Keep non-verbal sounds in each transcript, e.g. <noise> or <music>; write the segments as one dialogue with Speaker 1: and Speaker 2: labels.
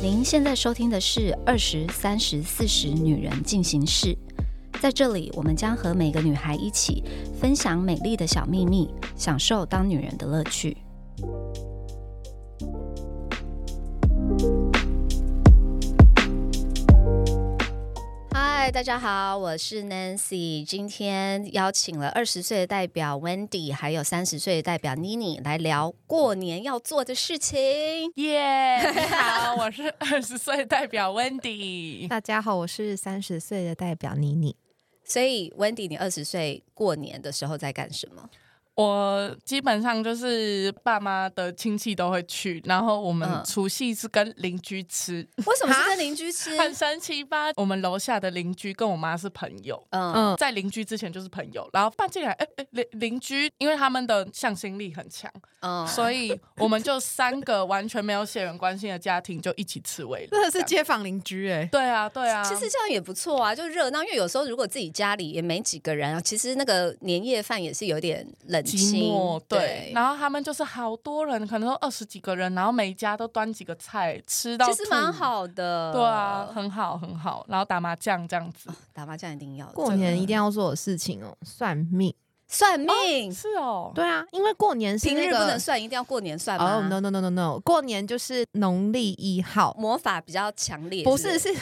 Speaker 1: 您现在收听的是《二十三十四十女人进行式》，在这里，我们将和每个女孩一起分享美丽的小秘密，享受当女人的乐趣。嗨，大家好，我是 Nancy。今天邀请了二十岁的代表 Wendy，还有三十岁的代表 Nini 来聊过年要做的事情。
Speaker 2: 耶！你
Speaker 3: <laughs>
Speaker 2: 好，我是二十岁代表 Wendy。
Speaker 3: 大家好，我是三十岁的代表妮妮。
Speaker 1: 所以，Wendy，你二十岁过年的时候在干什
Speaker 3: <laughs>
Speaker 1: 么？
Speaker 2: 我基本上就是爸妈的亲戚都会去，然后我们
Speaker 1: 嗯
Speaker 2: 除夕是跟邻居吃，
Speaker 1: 为什么是跟邻居 <laughs> 吃？
Speaker 3: 嗯
Speaker 2: 很神奇吧？我们楼下的邻居跟我妈是朋友。
Speaker 1: 嗯
Speaker 3: 嗯，
Speaker 2: 在邻居之前就是朋友，然后搬进来，哎、哎，邻、邻居，因为他们的向心力很强，
Speaker 3: 哦
Speaker 1: 嗯，
Speaker 2: 所以我们就三个完全没有血缘关系的家庭就一起吃围炉，
Speaker 3: <laughs> 真的是
Speaker 2: 这样
Speaker 3: 街坊邻居哎、
Speaker 2: 对啊，对啊，
Speaker 1: 其实这样也不错啊，就热闹。因为有时候如果自己家里也没几个人啊，其实那个年夜饭也是有点冷
Speaker 2: 寂
Speaker 1: 清
Speaker 2: 寞，
Speaker 1: 对。
Speaker 2: 然后他们就是好多人，可能都二十几个人，然后每一家都端几个菜，吃到
Speaker 1: 其实蛮
Speaker 2: 吐。
Speaker 1: 好的，
Speaker 2: 对啊，，很好很好，然后打麻将这样子，
Speaker 1: 打麻将一定要的
Speaker 3: 过年一定要做的事情哦，算命。
Speaker 1: 算命，
Speaker 2: 是哦，
Speaker 3: 对啊，因为过年是
Speaker 1: 平
Speaker 3: 那
Speaker 1: 日
Speaker 3: 个
Speaker 1: 不能算，一定要过年算
Speaker 3: 哦、
Speaker 1: 吗
Speaker 3: no？no no no no，过年就是农历一号，
Speaker 1: 魔法比较强烈，
Speaker 3: 不嗯是 <laughs> 是，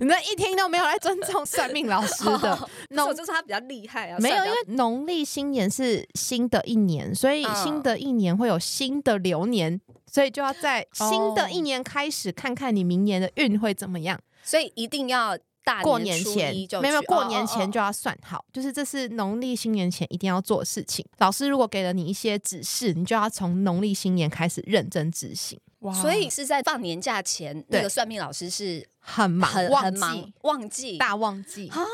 Speaker 3: 你那一听都没有来尊重算命老师 <laughs> 的
Speaker 1: 那我
Speaker 3: 农。
Speaker 1: 就是他比较厉害啊，
Speaker 3: 没有，
Speaker 1: 算
Speaker 3: 因
Speaker 1: 比较
Speaker 3: 为农历新年是新的一年，所以
Speaker 1: 嗯
Speaker 3: 新的一年会有新的流年，所以就要在新的一年开始看看你明年的运会怎么样。
Speaker 1: 所以一定要大
Speaker 3: 过年
Speaker 1: 初
Speaker 3: 前
Speaker 1: 一就
Speaker 3: 没有没有
Speaker 1: 去
Speaker 3: 过年前就
Speaker 1: 哦哦
Speaker 3: 要算好，就是这是农历新年前一定要做的事情。老师如果给了你一些指示，你就要从农历新年开始认真执行，
Speaker 2: 哇
Speaker 1: 哦所以是在放年假前，那
Speaker 3: 对
Speaker 1: 个算命老师是
Speaker 3: 很忙，
Speaker 1: 很
Speaker 3: 忘
Speaker 1: 很
Speaker 3: 记
Speaker 1: 忙，忘记
Speaker 3: 大忘记。
Speaker 1: 啊哦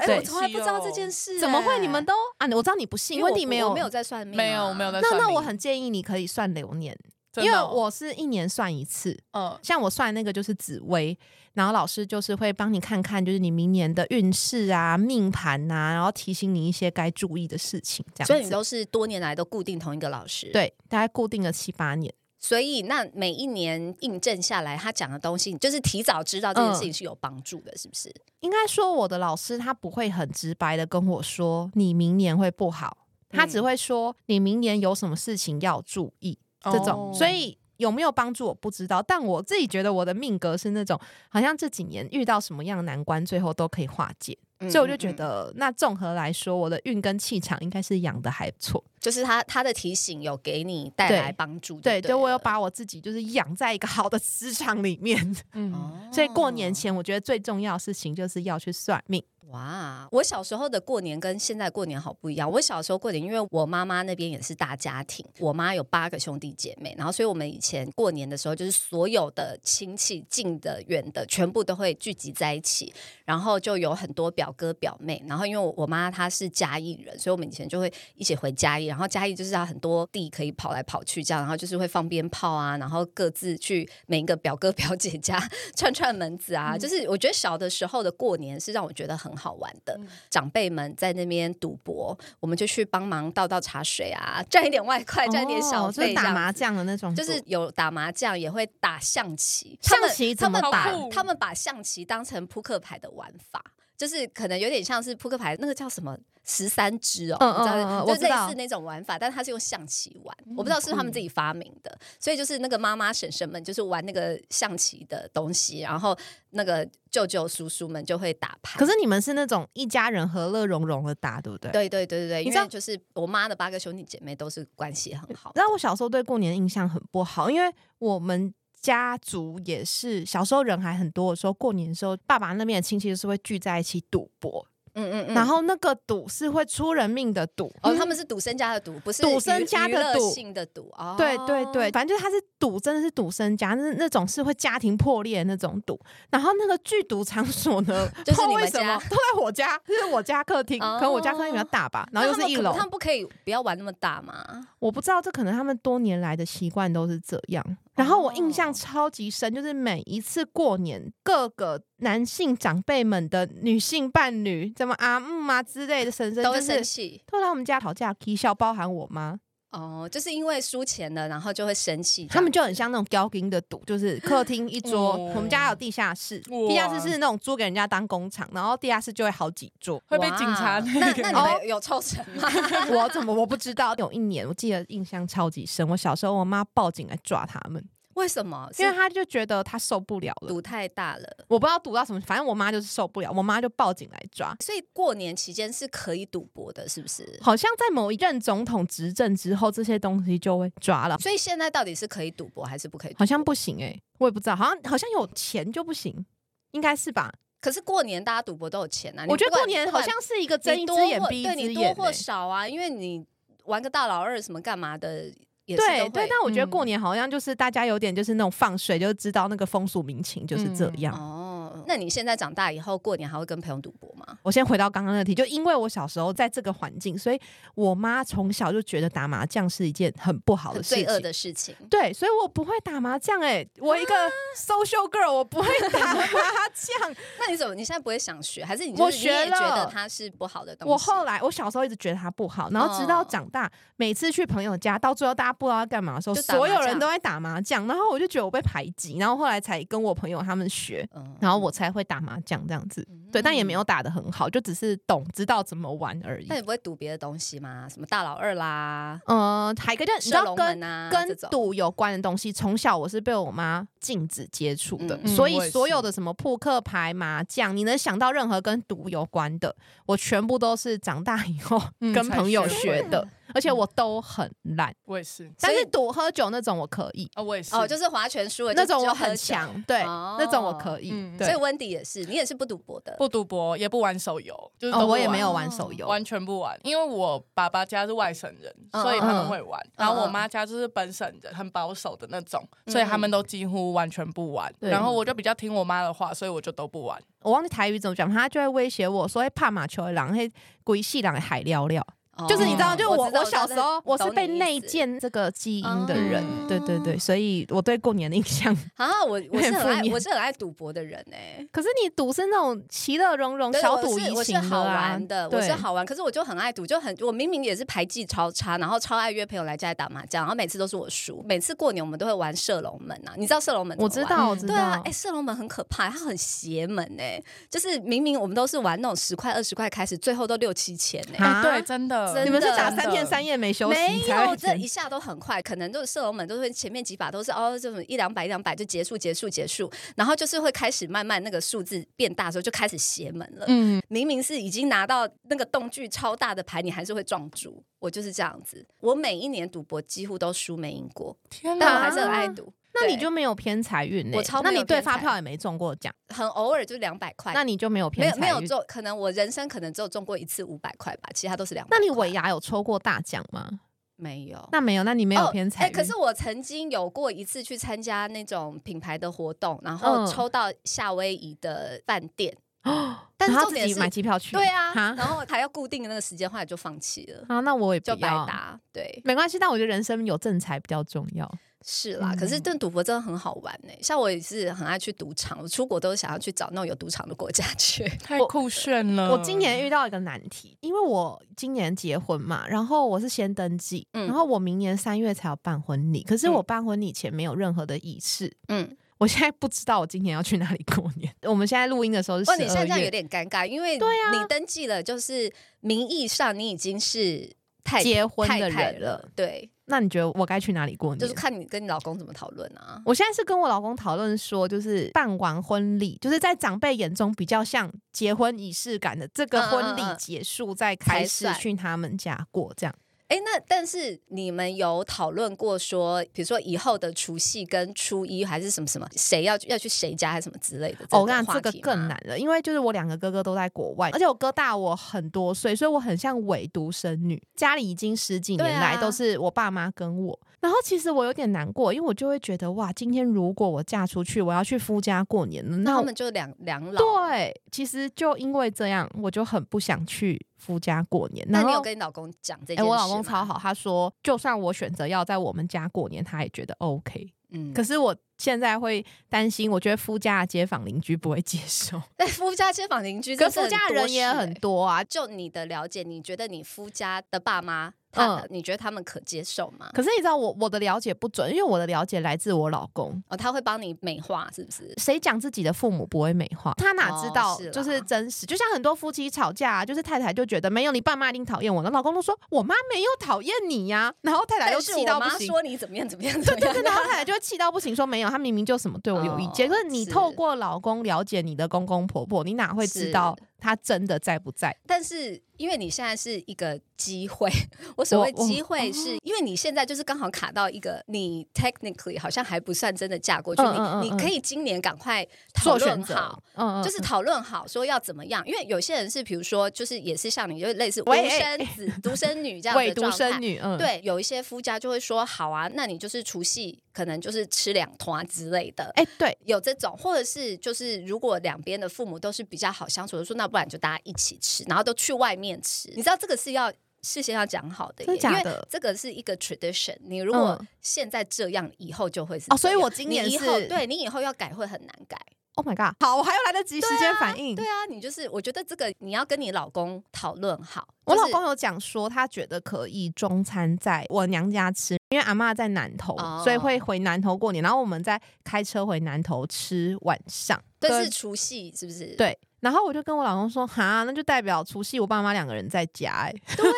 Speaker 1: 哎、
Speaker 3: 对
Speaker 1: 我从来不知道这件事、
Speaker 3: 怎么会？你们
Speaker 1: 都
Speaker 3: 都啊？我知道你不信，
Speaker 1: 因为
Speaker 3: 温
Speaker 1: 我
Speaker 3: 迪没
Speaker 1: 我
Speaker 3: 有
Speaker 1: 没有。在算命、啊
Speaker 2: 没有我没有。在
Speaker 3: 那
Speaker 2: 算命，
Speaker 3: 那我很建议你可以算流年，因
Speaker 2: 真的
Speaker 3: 为
Speaker 2: 哦
Speaker 3: 我是一年算一次。
Speaker 2: 嗯
Speaker 3: 像我算那个就是紫薇，然后老师就是会帮你看看，就是你明年的运势啊、命盘啊，然后提醒你一些该注意的事情，这样子。
Speaker 1: 所以你都是多年来都固定同一个老师，。
Speaker 3: 对，大概固定了七八年。
Speaker 1: 所以那每一年印证下来，他讲的东西，就是提早知道这件事
Speaker 3: 嗯
Speaker 1: 情是有帮助的，是不是？
Speaker 3: 应该说，我的老师他不会很直白的跟我说你明年会不好，他只
Speaker 1: 嗯
Speaker 3: 会说你明年有什么事情要注意这种。
Speaker 2: 哦
Speaker 3: 所以有没有帮助我不知道，但我自己觉得我的命格是那种好像这几年遇到什么样的难关，最后都可以化解。所以我就觉
Speaker 1: 嗯，嗯嗯
Speaker 3: 得，那综合来说，我的运跟气场应该是养的还不错。
Speaker 1: 就是他他的提醒有给你带来
Speaker 3: 对
Speaker 1: 帮助就
Speaker 3: 对，
Speaker 1: 对
Speaker 3: 就我有
Speaker 1: 了
Speaker 3: 把我自己就是养在一个好的 <laughs> 磁场里面。
Speaker 2: 嗯，
Speaker 1: 哦
Speaker 3: 所以过年前，我觉得最重要的事情就是要去算命。
Speaker 1: 哇，我小时候的过年跟现在过年好不一样。我小时候过年，因为我妈妈那边也是大家庭，我妈有八个兄弟姐妹，然后所以我们以前过年的时候，就是所有的亲戚近的远的全部都会聚集在一起，然后就有很多表哥表妹。然后因为我我妈她是嘉义人，所以我们以前就会一起回嘉义，然后嘉义就是要很多地可以跑来跑去这样，然后就是会放鞭炮啊，然后各自去每一个表哥表姐家 <laughs> 串串门子啊，
Speaker 3: 嗯
Speaker 1: 就是我觉得小的时候的过年是让我觉得很好玩
Speaker 3: 嗯
Speaker 1: 的。长辈们在那边赌博，我们就去帮忙倒倒茶水啊，赚一点外快，赚一点小
Speaker 3: 哦就
Speaker 1: 费、
Speaker 3: 是打麻，将的那种
Speaker 1: 就
Speaker 3: 组，
Speaker 1: 是有打麻将，也会打象棋。
Speaker 3: 象棋
Speaker 1: 他
Speaker 3: 怎
Speaker 1: 们他
Speaker 3: 么
Speaker 1: 们
Speaker 3: 打
Speaker 2: 好酷
Speaker 1: 把他们把象棋当成扑克牌的玩法，就是可能有点像是扑克牌那个叫什么十三只哦，
Speaker 3: 嗯
Speaker 1: 你知道
Speaker 3: 嗯嗯嗯
Speaker 1: 就
Speaker 3: 我知
Speaker 1: 类
Speaker 3: 道嗯
Speaker 1: 似那种玩法，但它是用象棋玩，我不知道是他们自己发明的，所以就是那个妈妈婶婶们就是玩那个象棋的东西，然后那个舅舅叔叔们就会打牌。
Speaker 3: 可是你们是那种一家人和乐融融的打，对不对？。
Speaker 1: 对对对对对，
Speaker 3: 你
Speaker 1: 因
Speaker 3: 知道
Speaker 1: 为就是我妈的八个兄弟姐妹都是关系很好的
Speaker 3: 然后我小时候对过年的印象很不好，因为我们家族也是小时候人还很多的时候，过年的时候，爸爸那边的亲戚就是会聚在一起赌博，
Speaker 1: 嗯嗯嗯，
Speaker 3: 然后那个赌是会出人命的赌。嗯
Speaker 1: 哦，他们是赌身家的赌，不是
Speaker 3: 赌
Speaker 1: 娱
Speaker 3: 身家
Speaker 1: 娱
Speaker 3: 的
Speaker 1: 乐
Speaker 3: 赌
Speaker 1: 性的赌哦，
Speaker 3: 对对对，，反正就是他是赌，真的是赌身家，那那种是会家庭破裂的那种赌。然后那个剧毒场所呢，
Speaker 1: <laughs> 就是
Speaker 3: 不知道
Speaker 1: 你们
Speaker 3: 为什么
Speaker 1: 家哦
Speaker 3: 都在我家，就是我家客厅，可能我家客厅比较大吧，然后又
Speaker 1: 那他
Speaker 3: 是
Speaker 1: 们
Speaker 3: 一
Speaker 1: 可
Speaker 3: 楼
Speaker 1: 他，们不可以不要玩那么大嘛？
Speaker 3: 我不知道，这可能他们多年来的习惯都是这样。然后我印
Speaker 1: 哦
Speaker 3: 象超级深，就是每一次过年，各个男性长辈们的女性伴侣，怎么阿姆啊之类的婶婶，
Speaker 1: 都会
Speaker 3: 就
Speaker 1: 生
Speaker 3: 是
Speaker 1: 气。
Speaker 3: 都来我们家讨价踢笑，包含我妈。
Speaker 1: 哦，就是因为输钱了，然后就会生气这样。
Speaker 3: 他们就很像那种高跟的赌，就是客厅一桌，
Speaker 2: 哦
Speaker 3: 我们家有地下室，
Speaker 2: 哇。
Speaker 3: 地下室是那种租给人家当工厂，然后地下室就会好几桌 <laughs>
Speaker 2: 会被警
Speaker 1: 哇
Speaker 2: 察那
Speaker 1: 那
Speaker 2: 个
Speaker 1: 那
Speaker 3: 哦
Speaker 1: 你们有凑成吗？
Speaker 3: 我怎么我不知道？有一年我记得印象超级深，我小时候我妈报警来抓他们，
Speaker 1: 为什么？
Speaker 3: 因为
Speaker 1: 是
Speaker 3: 她就觉得她受不了了。
Speaker 1: 赌太大了，
Speaker 3: 我不知道赌到什么，反正我妈就是受不了，我妈就报警来抓。
Speaker 1: 所以过年期间是可以赌博的，是不是？
Speaker 3: 好像在某一任总统执政之后，这些东西就会抓了，
Speaker 1: 所以现在到底是可以赌博还是不可以赌博？
Speaker 3: 好像不行哎、我也不知道，好像好像有钱就不行，应该是吧？
Speaker 1: 可是过年大家赌博都有钱啊。你
Speaker 3: 我觉得
Speaker 1: 不管
Speaker 3: 过年好像是一个
Speaker 1: 你
Speaker 3: 睁一只
Speaker 1: 多
Speaker 3: 眼
Speaker 1: 或
Speaker 3: 闭一
Speaker 1: 对
Speaker 3: 只
Speaker 1: 你多
Speaker 3: 眼、
Speaker 1: 或
Speaker 3: 欸。
Speaker 1: 少啊，因为你玩个大老二什么干嘛的，也是
Speaker 3: 对
Speaker 1: 都
Speaker 3: 对
Speaker 1: 会，
Speaker 3: 但我觉得
Speaker 2: 嗯
Speaker 3: 过年好像就是大家有点就是那种放水，就知道那个风俗民情就是这样。
Speaker 1: 哦，那你现在长大以后过年还会跟朋友赌博吗？
Speaker 3: 我先回到刚刚那个题，就因为我小时候在这个环境，所以我妈从小就觉得打麻将是一件很不好
Speaker 1: 很
Speaker 3: 的事情
Speaker 1: 罪。恶的事情。
Speaker 3: 对，所以我不会打麻将、欸，我一个
Speaker 1: 啊
Speaker 3: social girl，我不会
Speaker 1: <laughs>
Speaker 3: 打麻将。
Speaker 1: 那你怎么？你现在不会想学，还是你、就是、
Speaker 3: 我学
Speaker 1: 你也觉
Speaker 3: 了
Speaker 1: 得它是哦不好的东西？
Speaker 3: 我后来，我小时候一直觉得它不好，然后直到长大，每次去朋友家，到最后大家不知道要干嘛的时候，
Speaker 1: 就打麻
Speaker 3: 所有人
Speaker 1: 将
Speaker 3: 都在打麻将，然后我就觉得我被排挤，然后后来才跟我朋友他们学，
Speaker 1: 嗯
Speaker 3: 然后我才会打麻将这样子。对，但也没有打得很好，就只是懂知道怎么玩而已
Speaker 1: 那。你不会赌别的东西吗？什么大老二啦、
Speaker 3: 嗯，还有一个就是你知
Speaker 1: 射
Speaker 3: 道
Speaker 1: 龙
Speaker 3: 跟
Speaker 1: 门啊这
Speaker 3: 跟
Speaker 1: 种。
Speaker 3: 赌有关的东西，从小我是被我妈禁止接触的，
Speaker 1: 嗯嗯
Speaker 3: 所
Speaker 2: 我也
Speaker 3: 以
Speaker 2: 是
Speaker 3: 所有的什么扑克牌、麻将，你能想到任何跟赌有关的，我全部都是长大以后
Speaker 2: 嗯
Speaker 3: 跟朋友
Speaker 2: 才
Speaker 3: 学
Speaker 2: 学嗯
Speaker 3: 的，而且我都很烂。
Speaker 2: 我也是
Speaker 3: 但
Speaker 1: 所
Speaker 3: 是
Speaker 1: 以
Speaker 3: 赌喝酒那种我可以，
Speaker 2: 啊，我也是
Speaker 1: 哦，就是划拳输了就
Speaker 3: 那种
Speaker 1: 就
Speaker 3: 我
Speaker 1: 喝
Speaker 3: 很
Speaker 1: 酒
Speaker 3: 强，对，
Speaker 1: 哦
Speaker 3: 那种我可以
Speaker 2: 嗯，
Speaker 1: 所以
Speaker 3: 对。
Speaker 1: 温迪也是，你也是不赌博的。
Speaker 2: 不赌博，也不玩手游，就是都
Speaker 3: 哦，
Speaker 2: 不
Speaker 3: 我也
Speaker 2: 玩
Speaker 3: 没有玩手
Speaker 1: 哦
Speaker 3: 游，
Speaker 2: 完全不玩，因为我爸爸家是外省人，
Speaker 1: 嗯
Speaker 2: 所以他们会玩。然后我
Speaker 1: 嗯
Speaker 2: 妈家就是本省人，很保守的那种，所以他们都几乎完全不玩。
Speaker 3: 对
Speaker 2: 然后我就比较听我妈的话，所以我就都不玩。
Speaker 3: 我忘记台语怎么讲，他就会威胁我说：“哎，怕马球的狼，嘿，鬼戏狼海撩撩。”
Speaker 1: 哦
Speaker 3: 就是你知道，就我
Speaker 1: 知道
Speaker 3: 我小时候我是被内。建这个基因的人，
Speaker 1: 哦
Speaker 3: 对对对，所以我对过年的印象。 <laughs>
Speaker 1: 我知道我知道你意思啊，我我是很
Speaker 3: 很负
Speaker 1: 爱
Speaker 3: 面
Speaker 1: 我是很爱赌博的人哎。
Speaker 3: 可是你赌是那种其乐融融、
Speaker 1: 对
Speaker 3: 小赌怡
Speaker 1: 我是
Speaker 3: 情
Speaker 1: 我是好
Speaker 3: 啊
Speaker 1: 玩的，
Speaker 3: 对
Speaker 1: 我是好玩，可是我就很爱赌，就很我明明也是牌技超差，然后超爱约朋友来家里打麻将，然后每次都是我输。每次过年我们都会玩射龙门啊，你知道射龙门？
Speaker 3: 我知。道，我
Speaker 2: 嗯
Speaker 3: 知道，
Speaker 1: 对啊，哎、射龙门很可怕，它很邪门哎、就是明明我们都是玩那种十块二十块开始，最后都六七千哎、
Speaker 3: 啊
Speaker 2: 哎对，真的，
Speaker 1: 真
Speaker 3: 你们是
Speaker 1: 的
Speaker 3: 打
Speaker 1: 真
Speaker 3: 三天三夜没休息
Speaker 1: 没
Speaker 3: 才
Speaker 1: 有，
Speaker 3: 会
Speaker 1: 这
Speaker 3: 成
Speaker 1: 一下都很快，可能就是射龙门都是前面几把都是哦，这种一两百一两百就结束结束结束，然后就是会开始慢慢那个数字变大的时候就开始邪门了。
Speaker 2: 嗯，
Speaker 1: 明明是已经拿到那个动距超大的牌，你还是会撞住。我就是这样子，我每一年赌博几乎都输没赢过，
Speaker 2: 天
Speaker 1: 但我
Speaker 2: 哪，
Speaker 1: 还是很爱赌。
Speaker 3: 啊那你
Speaker 1: 对
Speaker 3: 就没有偏财运呢、
Speaker 1: 我超
Speaker 3: 那
Speaker 1: 没有
Speaker 3: 你对
Speaker 1: 偏
Speaker 3: 发
Speaker 1: 财
Speaker 3: 票也没中过奖，
Speaker 1: 很偶尔就两百块，
Speaker 3: 那你就没有
Speaker 1: 没
Speaker 3: 偏
Speaker 1: 有
Speaker 3: 财运。
Speaker 1: 没有中，可能我人生可能只有中过一次五百块吧，其他都是两。
Speaker 3: 那你尾牙有抽过大奖吗？
Speaker 1: 没有？
Speaker 3: 那没有，那你没有偏财
Speaker 1: 哎、
Speaker 3: 运、
Speaker 1: 可是我曾经有过一次去参加那种品牌的活动，然后
Speaker 3: 嗯
Speaker 1: 抽到夏威夷的饭
Speaker 3: <gasps>
Speaker 1: 店，但
Speaker 3: 然
Speaker 1: 是
Speaker 3: 后
Speaker 1: 重
Speaker 3: 自
Speaker 1: 点
Speaker 3: 己
Speaker 1: 是
Speaker 3: 买，机票去。
Speaker 1: 对啊，
Speaker 3: 哈
Speaker 1: 然后还要固定的那个时间，后来就放弃了，
Speaker 3: 啊，那我也不
Speaker 1: 就白
Speaker 3: 要
Speaker 1: 搭。对，
Speaker 3: 没关系，但我觉得人生有正财比较重要。
Speaker 1: 是啦。
Speaker 3: 嗯
Speaker 1: 可是这赌博真的很好玩呢、像我也是很爱去赌场，我出国都想要去找那种有赌场的国家去。
Speaker 3: <laughs>
Speaker 2: 太
Speaker 3: 我
Speaker 2: 酷炫了。
Speaker 3: 我今年遇到一个难题，因为我今年结婚嘛，然后我是先登记，
Speaker 1: 嗯
Speaker 3: 然后我明年三月才要办婚礼，可是我办婚礼前没有任何的仪式。
Speaker 1: 嗯，
Speaker 3: 我现在不知道我今年要去哪里过年。 <laughs> 我们现在录音的时候是
Speaker 1: 哇，
Speaker 3: 十
Speaker 1: 哦你现在
Speaker 3: 二
Speaker 1: 这样有
Speaker 3: 月，
Speaker 1: 点尴尬，因为
Speaker 3: 对啊
Speaker 1: 你登记了，就是名义上你已经是太
Speaker 3: 结婚的
Speaker 1: 太太
Speaker 3: 人
Speaker 1: 了
Speaker 3: 了，
Speaker 1: 对，
Speaker 3: 那你觉得我该去哪里过年？
Speaker 1: 就是看你跟你老公怎么讨论啊。
Speaker 3: 我现在是跟我老公讨论说，就是办完婚礼，就是在长辈眼中比较像结婚仪式感的这个
Speaker 1: 嗯嗯
Speaker 3: 婚礼
Speaker 1: 嗯
Speaker 3: 结束，再开始
Speaker 1: 才算
Speaker 3: 去他们家过这样。
Speaker 1: 哎，那但是你们有讨论过说，比如说以后的除夕跟初一还是什么什么，谁要要去谁家还是什么之类的？
Speaker 3: 哦，
Speaker 1: 个
Speaker 3: 那
Speaker 1: 话
Speaker 3: 这个
Speaker 1: 题
Speaker 3: 更
Speaker 1: 吗
Speaker 3: 难。了，因为就是我两个哥哥都在国外，而且我哥大我很多岁，所以我很像唯独生女，家里已经十几
Speaker 1: 对
Speaker 3: 年来
Speaker 1: 啊
Speaker 3: 都是我爸妈跟我。然后其实我有点难过，因为我就会觉得哇，今天如果我嫁出去，我要去夫家过年了，
Speaker 1: 那
Speaker 3: 那
Speaker 1: 他
Speaker 3: 我
Speaker 1: 们就两两老。
Speaker 3: 对，啊其实就因为这样，我就很不想去夫家过年。
Speaker 1: 那
Speaker 3: 然
Speaker 1: 你有
Speaker 3: 后
Speaker 1: 跟你老公讲这件事
Speaker 3: 哎、
Speaker 1: 吗？
Speaker 3: 我老公超好，他说就算我选择要在我们家过年，他也觉得 OK。
Speaker 1: 嗯，
Speaker 3: 可是我现在会担心，我觉得夫家的街坊邻居不会接受。
Speaker 1: 但 <laughs> 夫家街坊邻居，欸
Speaker 3: 可夫家人也很。多啊，
Speaker 1: 就你的了解，你觉得你夫家的爸妈他
Speaker 3: 嗯
Speaker 1: 你觉得他们可接受吗？
Speaker 3: 可是你知道我我的了解不准，因为我的了解来自我老公。
Speaker 1: 哦，他会帮你美化，是不是？
Speaker 3: 谁讲自己的父母不会美化？他哪知道
Speaker 1: 哦是啦
Speaker 3: 就是真实？就像很多夫妻吵架、啊，就是太太就觉得没有你爸妈一定讨厌我，那老公都说我妈没有讨厌你呀、然后太太就
Speaker 1: 但是
Speaker 3: 气
Speaker 1: 我
Speaker 3: 到不
Speaker 1: 妈
Speaker 3: 行。
Speaker 1: 说你怎么样怎么样
Speaker 3: <laughs>
Speaker 1: 怎
Speaker 3: 对
Speaker 1: 么样，
Speaker 3: 对对，然后太太就气到不行，说没有，她明明就什么对我有意见。
Speaker 1: 哦
Speaker 3: 可是你
Speaker 1: 是
Speaker 3: 透过老公了解你的公公婆婆，你哪会知
Speaker 1: 是
Speaker 3: 道他真的在不在？
Speaker 1: 但是因为你现在是一个机会，我所谓
Speaker 3: 我哦
Speaker 1: 机会是因为你现在就是刚好卡到一个你 technically 好像还不算真的嫁过去，
Speaker 3: 嗯嗯嗯
Speaker 1: 你
Speaker 3: 嗯
Speaker 1: 你可以今年赶快讨
Speaker 3: 做选
Speaker 1: 论
Speaker 3: 择
Speaker 1: 好。，
Speaker 3: 嗯
Speaker 1: 就是讨论好说要怎么样，因为有些人是，比如说，就是也是像你，就类似独
Speaker 3: 喂
Speaker 1: 生子、独生女这样
Speaker 3: 伪
Speaker 1: 的
Speaker 3: 独
Speaker 1: 状态
Speaker 3: 生。女，嗯，
Speaker 1: 对，有一些夫家就会说，好啊，那你就是除夕可能就是吃两团之类的，
Speaker 3: 哎、对，
Speaker 1: 有这种，或者是就是如果两边的父母都是比较好相处的，说那不然就大家一起吃，然后都去外面吃，你知道这个是要。事先要讲好的耶，
Speaker 3: 嗯真的假的
Speaker 1: 因为这个是一个 tradition。你如果
Speaker 3: 嗯
Speaker 1: 现在这样，以后就会是
Speaker 3: 哦所以
Speaker 1: 这样
Speaker 3: 我今年
Speaker 1: 你以后
Speaker 3: 是
Speaker 1: 对你以后要改会很难改。
Speaker 3: Oh my god！好，我还有来得及时间反应。
Speaker 1: 对啊，你就是我觉得这个你要跟你老公讨论好。
Speaker 3: 我
Speaker 1: 就
Speaker 3: 老
Speaker 1: 是
Speaker 3: 公有讲说，他觉得可以中餐在我娘家吃，因为阿嬷在南头，
Speaker 1: 哦
Speaker 3: 所以会回南头过年，然后我们再开车回南头吃晚上。
Speaker 1: 对
Speaker 3: 跟
Speaker 1: 是除夕是不是？
Speaker 3: 对，然后我就跟我老公说，哈，那就代表除夕我爸妈两个人在家、欸，哎， <laughs>
Speaker 1: 对呀、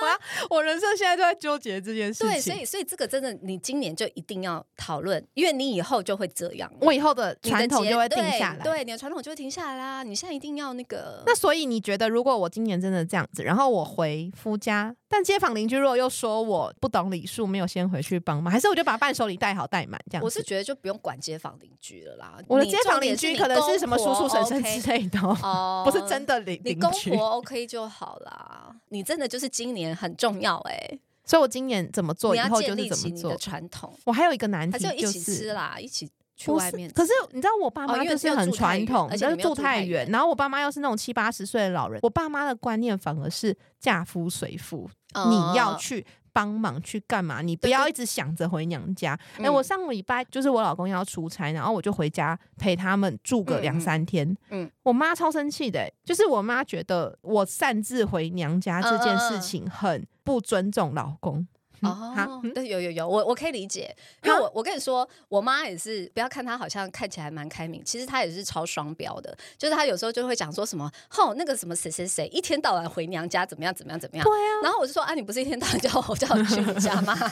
Speaker 3: 我要我人生现在都在纠结这件事
Speaker 1: 对，所
Speaker 3: 情。
Speaker 1: 以所以这个真的你今年就一定要讨论，因为你以后就会这样了。
Speaker 3: 我以后的
Speaker 1: 你的
Speaker 3: 嗯传统
Speaker 1: 节
Speaker 3: 就会定下来。
Speaker 1: 对，对你的传统就会停下来啦。你现在一定要那个，
Speaker 3: 那所以你觉得，如果我今年真的这样子，然后我回夫家，但街坊邻居如果又说我不懂礼数，没有先回去帮忙，还是我就把伴手礼带好带满这样子？
Speaker 1: 我是觉得就不用管街坊邻居了啦。
Speaker 3: 我的
Speaker 1: 你
Speaker 3: 街坊
Speaker 1: 重点
Speaker 3: 邻居
Speaker 1: 你
Speaker 3: 可能是什么
Speaker 1: 公
Speaker 3: 叔
Speaker 1: 婆
Speaker 3: 叔婶婶
Speaker 1: OK
Speaker 3: 之类的、哦，
Speaker 1: 哦，
Speaker 3: 不是真。的邻
Speaker 1: 你
Speaker 3: 邻
Speaker 1: 公
Speaker 3: 居。
Speaker 1: 婆 OK <laughs> 就好啦，你真的就是今年很重要哎、
Speaker 3: 所以我今年怎么做，
Speaker 1: 你
Speaker 3: 以
Speaker 1: 要
Speaker 3: 后就
Speaker 1: 建立
Speaker 3: 是怎
Speaker 1: 起
Speaker 3: 么
Speaker 1: 你的
Speaker 3: 做。
Speaker 1: 传统，
Speaker 3: 我还有一个难
Speaker 1: 还
Speaker 3: 题
Speaker 1: 是要一
Speaker 3: 就
Speaker 1: 起吃
Speaker 3: 是。
Speaker 1: 啦，一起去
Speaker 3: 不
Speaker 1: 外
Speaker 3: 是
Speaker 1: 面，吃。
Speaker 3: 可是你知道我爸
Speaker 1: 哦因
Speaker 3: 妈
Speaker 1: 为
Speaker 3: 就是
Speaker 1: 又
Speaker 3: 很
Speaker 1: 住太
Speaker 3: 传
Speaker 1: 远
Speaker 3: 统，
Speaker 1: 而且你
Speaker 3: 就是
Speaker 1: 们又
Speaker 3: 住
Speaker 1: 住
Speaker 3: 太
Speaker 1: 太
Speaker 3: 远，
Speaker 1: 远
Speaker 3: 然后我爸妈又是那种七八十岁的老人，我爸妈的观念反而是嫁夫随夫，
Speaker 1: 嗯
Speaker 3: 你要去帮忙去干嘛？你不
Speaker 1: 对
Speaker 3: 要
Speaker 1: 对
Speaker 3: 一直想着回娘家。哎、
Speaker 1: 嗯
Speaker 3: 我上个礼拜就是我老公要出差，然后我就回家陪他们住个
Speaker 1: 嗯
Speaker 3: 两
Speaker 1: 嗯
Speaker 3: 三天。
Speaker 1: 嗯
Speaker 3: 我妈超生气的、欸就是我妈觉得我擅自回娘家这件事情很不尊重老公。嗯哈
Speaker 1: 嗯哦，对，有有有，我我可以理解，因为我我跟你说，我妈也是，不要看她好像看起来蛮开明，其实她也是超双标的，就是她有时候就会讲说什么，吼那个什么谁谁谁一天到晚回娘家怎么样怎么样怎么样
Speaker 3: 对，啊，
Speaker 1: 然后我就说啊，你不是一天到晚叫我叫我去你家吗？ <laughs> 然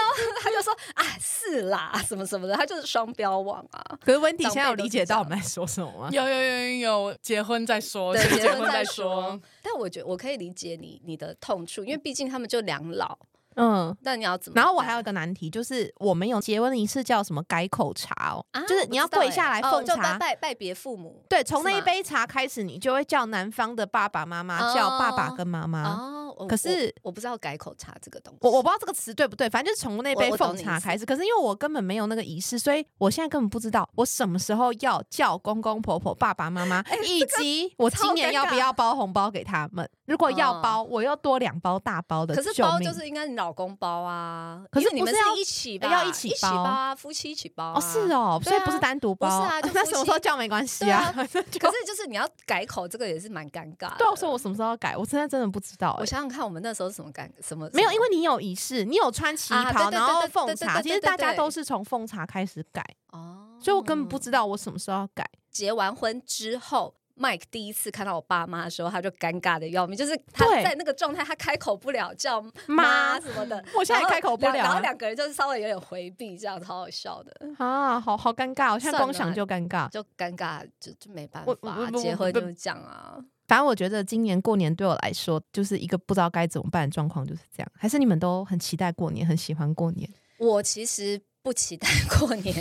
Speaker 1: 后她就说啊是啦，什么什么的，她就是双标王啊。
Speaker 3: 可是温迪
Speaker 1: 长
Speaker 3: 现
Speaker 1: 辈
Speaker 3: 在有
Speaker 1: 都
Speaker 3: 理
Speaker 1: 是
Speaker 3: 解
Speaker 1: 这
Speaker 3: 到我
Speaker 1: 样
Speaker 3: 们在说什么吗？
Speaker 2: 有有有有有，结婚再说，
Speaker 1: 对，
Speaker 2: <laughs> 结
Speaker 1: 结婚
Speaker 2: 婚
Speaker 1: 再
Speaker 2: 说
Speaker 1: 说。。但我觉得我可以理解你你的痛处，因为毕竟他们就两老，
Speaker 3: 嗯，
Speaker 1: 那你要怎么办？
Speaker 3: 然后我还有一个难题，就是我们有结婚仪式叫什么改口茶哦，
Speaker 1: 啊
Speaker 3: 就是
Speaker 1: 我不
Speaker 3: 你要
Speaker 1: 知道
Speaker 3: 跪
Speaker 1: 欸
Speaker 3: 下来
Speaker 1: 哦
Speaker 3: 奉
Speaker 1: 就拜
Speaker 3: 茶。
Speaker 1: 拜拜别父母。
Speaker 3: 对，从那
Speaker 1: 是
Speaker 3: 一
Speaker 1: 吗
Speaker 3: 杯茶开始，你就会叫男方的爸爸妈妈，叫爸爸跟妈妈。
Speaker 1: 哦，我
Speaker 3: 啊可是
Speaker 1: 我我不知道改口茶这个东西，
Speaker 3: 我我不知道这个词对不对，反正就是从那
Speaker 1: 我
Speaker 3: 杯
Speaker 1: 我懂
Speaker 3: 奉
Speaker 1: 你
Speaker 3: 茶
Speaker 1: 意思
Speaker 3: 开始。可是因为我根本没有那个仪式，所以我现在根本不知道我什么时候要叫公公婆婆、爸爸
Speaker 1: <laughs>
Speaker 3: 妈妈，以及我
Speaker 1: 哎超
Speaker 3: 今年
Speaker 1: 尴
Speaker 3: 要不
Speaker 1: 尬
Speaker 3: 要包红包给他们。如果要
Speaker 1: 嗯
Speaker 3: 包，我又多两包大包的。
Speaker 1: 可是包就是应该你老公包啊，
Speaker 3: 可是
Speaker 1: 因为你
Speaker 3: 不
Speaker 1: 们
Speaker 3: 是要
Speaker 1: 一起吧，
Speaker 3: 要一
Speaker 1: 一
Speaker 3: 起
Speaker 1: 起包
Speaker 3: 包
Speaker 1: 啊，夫妻一起包啊
Speaker 3: 哦，是。哦，所以
Speaker 1: 对
Speaker 3: 不是
Speaker 1: 啊
Speaker 3: 单独包，
Speaker 1: 不是啊就
Speaker 3: <laughs> 那
Speaker 1: 夫
Speaker 3: 什么时候
Speaker 1: 妻
Speaker 3: 叫没关系
Speaker 1: 对
Speaker 3: 啊 <laughs>
Speaker 1: 啊？
Speaker 3: 可
Speaker 1: <laughs> 可是就是你要改口，这个也是蛮尴尬的。
Speaker 3: 对啊，所以我什么时候要改？我现在真的不知道、
Speaker 1: 我
Speaker 3: 欸。
Speaker 1: 想想看，我们那时候是什么感什么
Speaker 3: 没有，
Speaker 1: 什么
Speaker 3: 因为你有仪式，你有穿旗
Speaker 1: 啊对
Speaker 3: 袍，
Speaker 1: 对
Speaker 3: 然后
Speaker 1: 对对
Speaker 3: 奉
Speaker 1: 对对
Speaker 3: 茶。
Speaker 1: 对
Speaker 3: 其
Speaker 1: 对
Speaker 3: 实
Speaker 1: 对
Speaker 3: 大家
Speaker 1: 对
Speaker 3: 都是从奉茶开始改，
Speaker 1: 哦，
Speaker 3: 所以我根本不知道我什么时候要改。
Speaker 1: 结完婚之后。Mike 第一次看到我爸妈的时候，他就尴尬的要命，就是他
Speaker 3: 对
Speaker 1: 在那个状态，他开口不了叫
Speaker 3: 妈
Speaker 1: 妈什么的，
Speaker 3: <laughs> 我现在
Speaker 1: 然后
Speaker 3: 开口不
Speaker 1: 两
Speaker 3: 了
Speaker 1: 然
Speaker 3: 啊
Speaker 1: 后两个人就是稍微有点回避，这样超好笑的。
Speaker 3: 啊，好好尴尬哦，我现在
Speaker 1: 算
Speaker 3: 光
Speaker 1: 了
Speaker 3: 想就尴尬。
Speaker 1: 就尴尬，就就没办
Speaker 3: 啊我
Speaker 1: 法
Speaker 3: 我
Speaker 1: 啊，
Speaker 3: 我
Speaker 1: 结
Speaker 3: 我
Speaker 1: 婚
Speaker 3: 不
Speaker 1: 就是这样啊。
Speaker 3: 反正我觉得今年过年对我来说就是一个不知道该怎么办的状况，就是这样。还是你们都很期待过年，很喜欢过年？
Speaker 1: 我其实不期待 <laughs> 过年，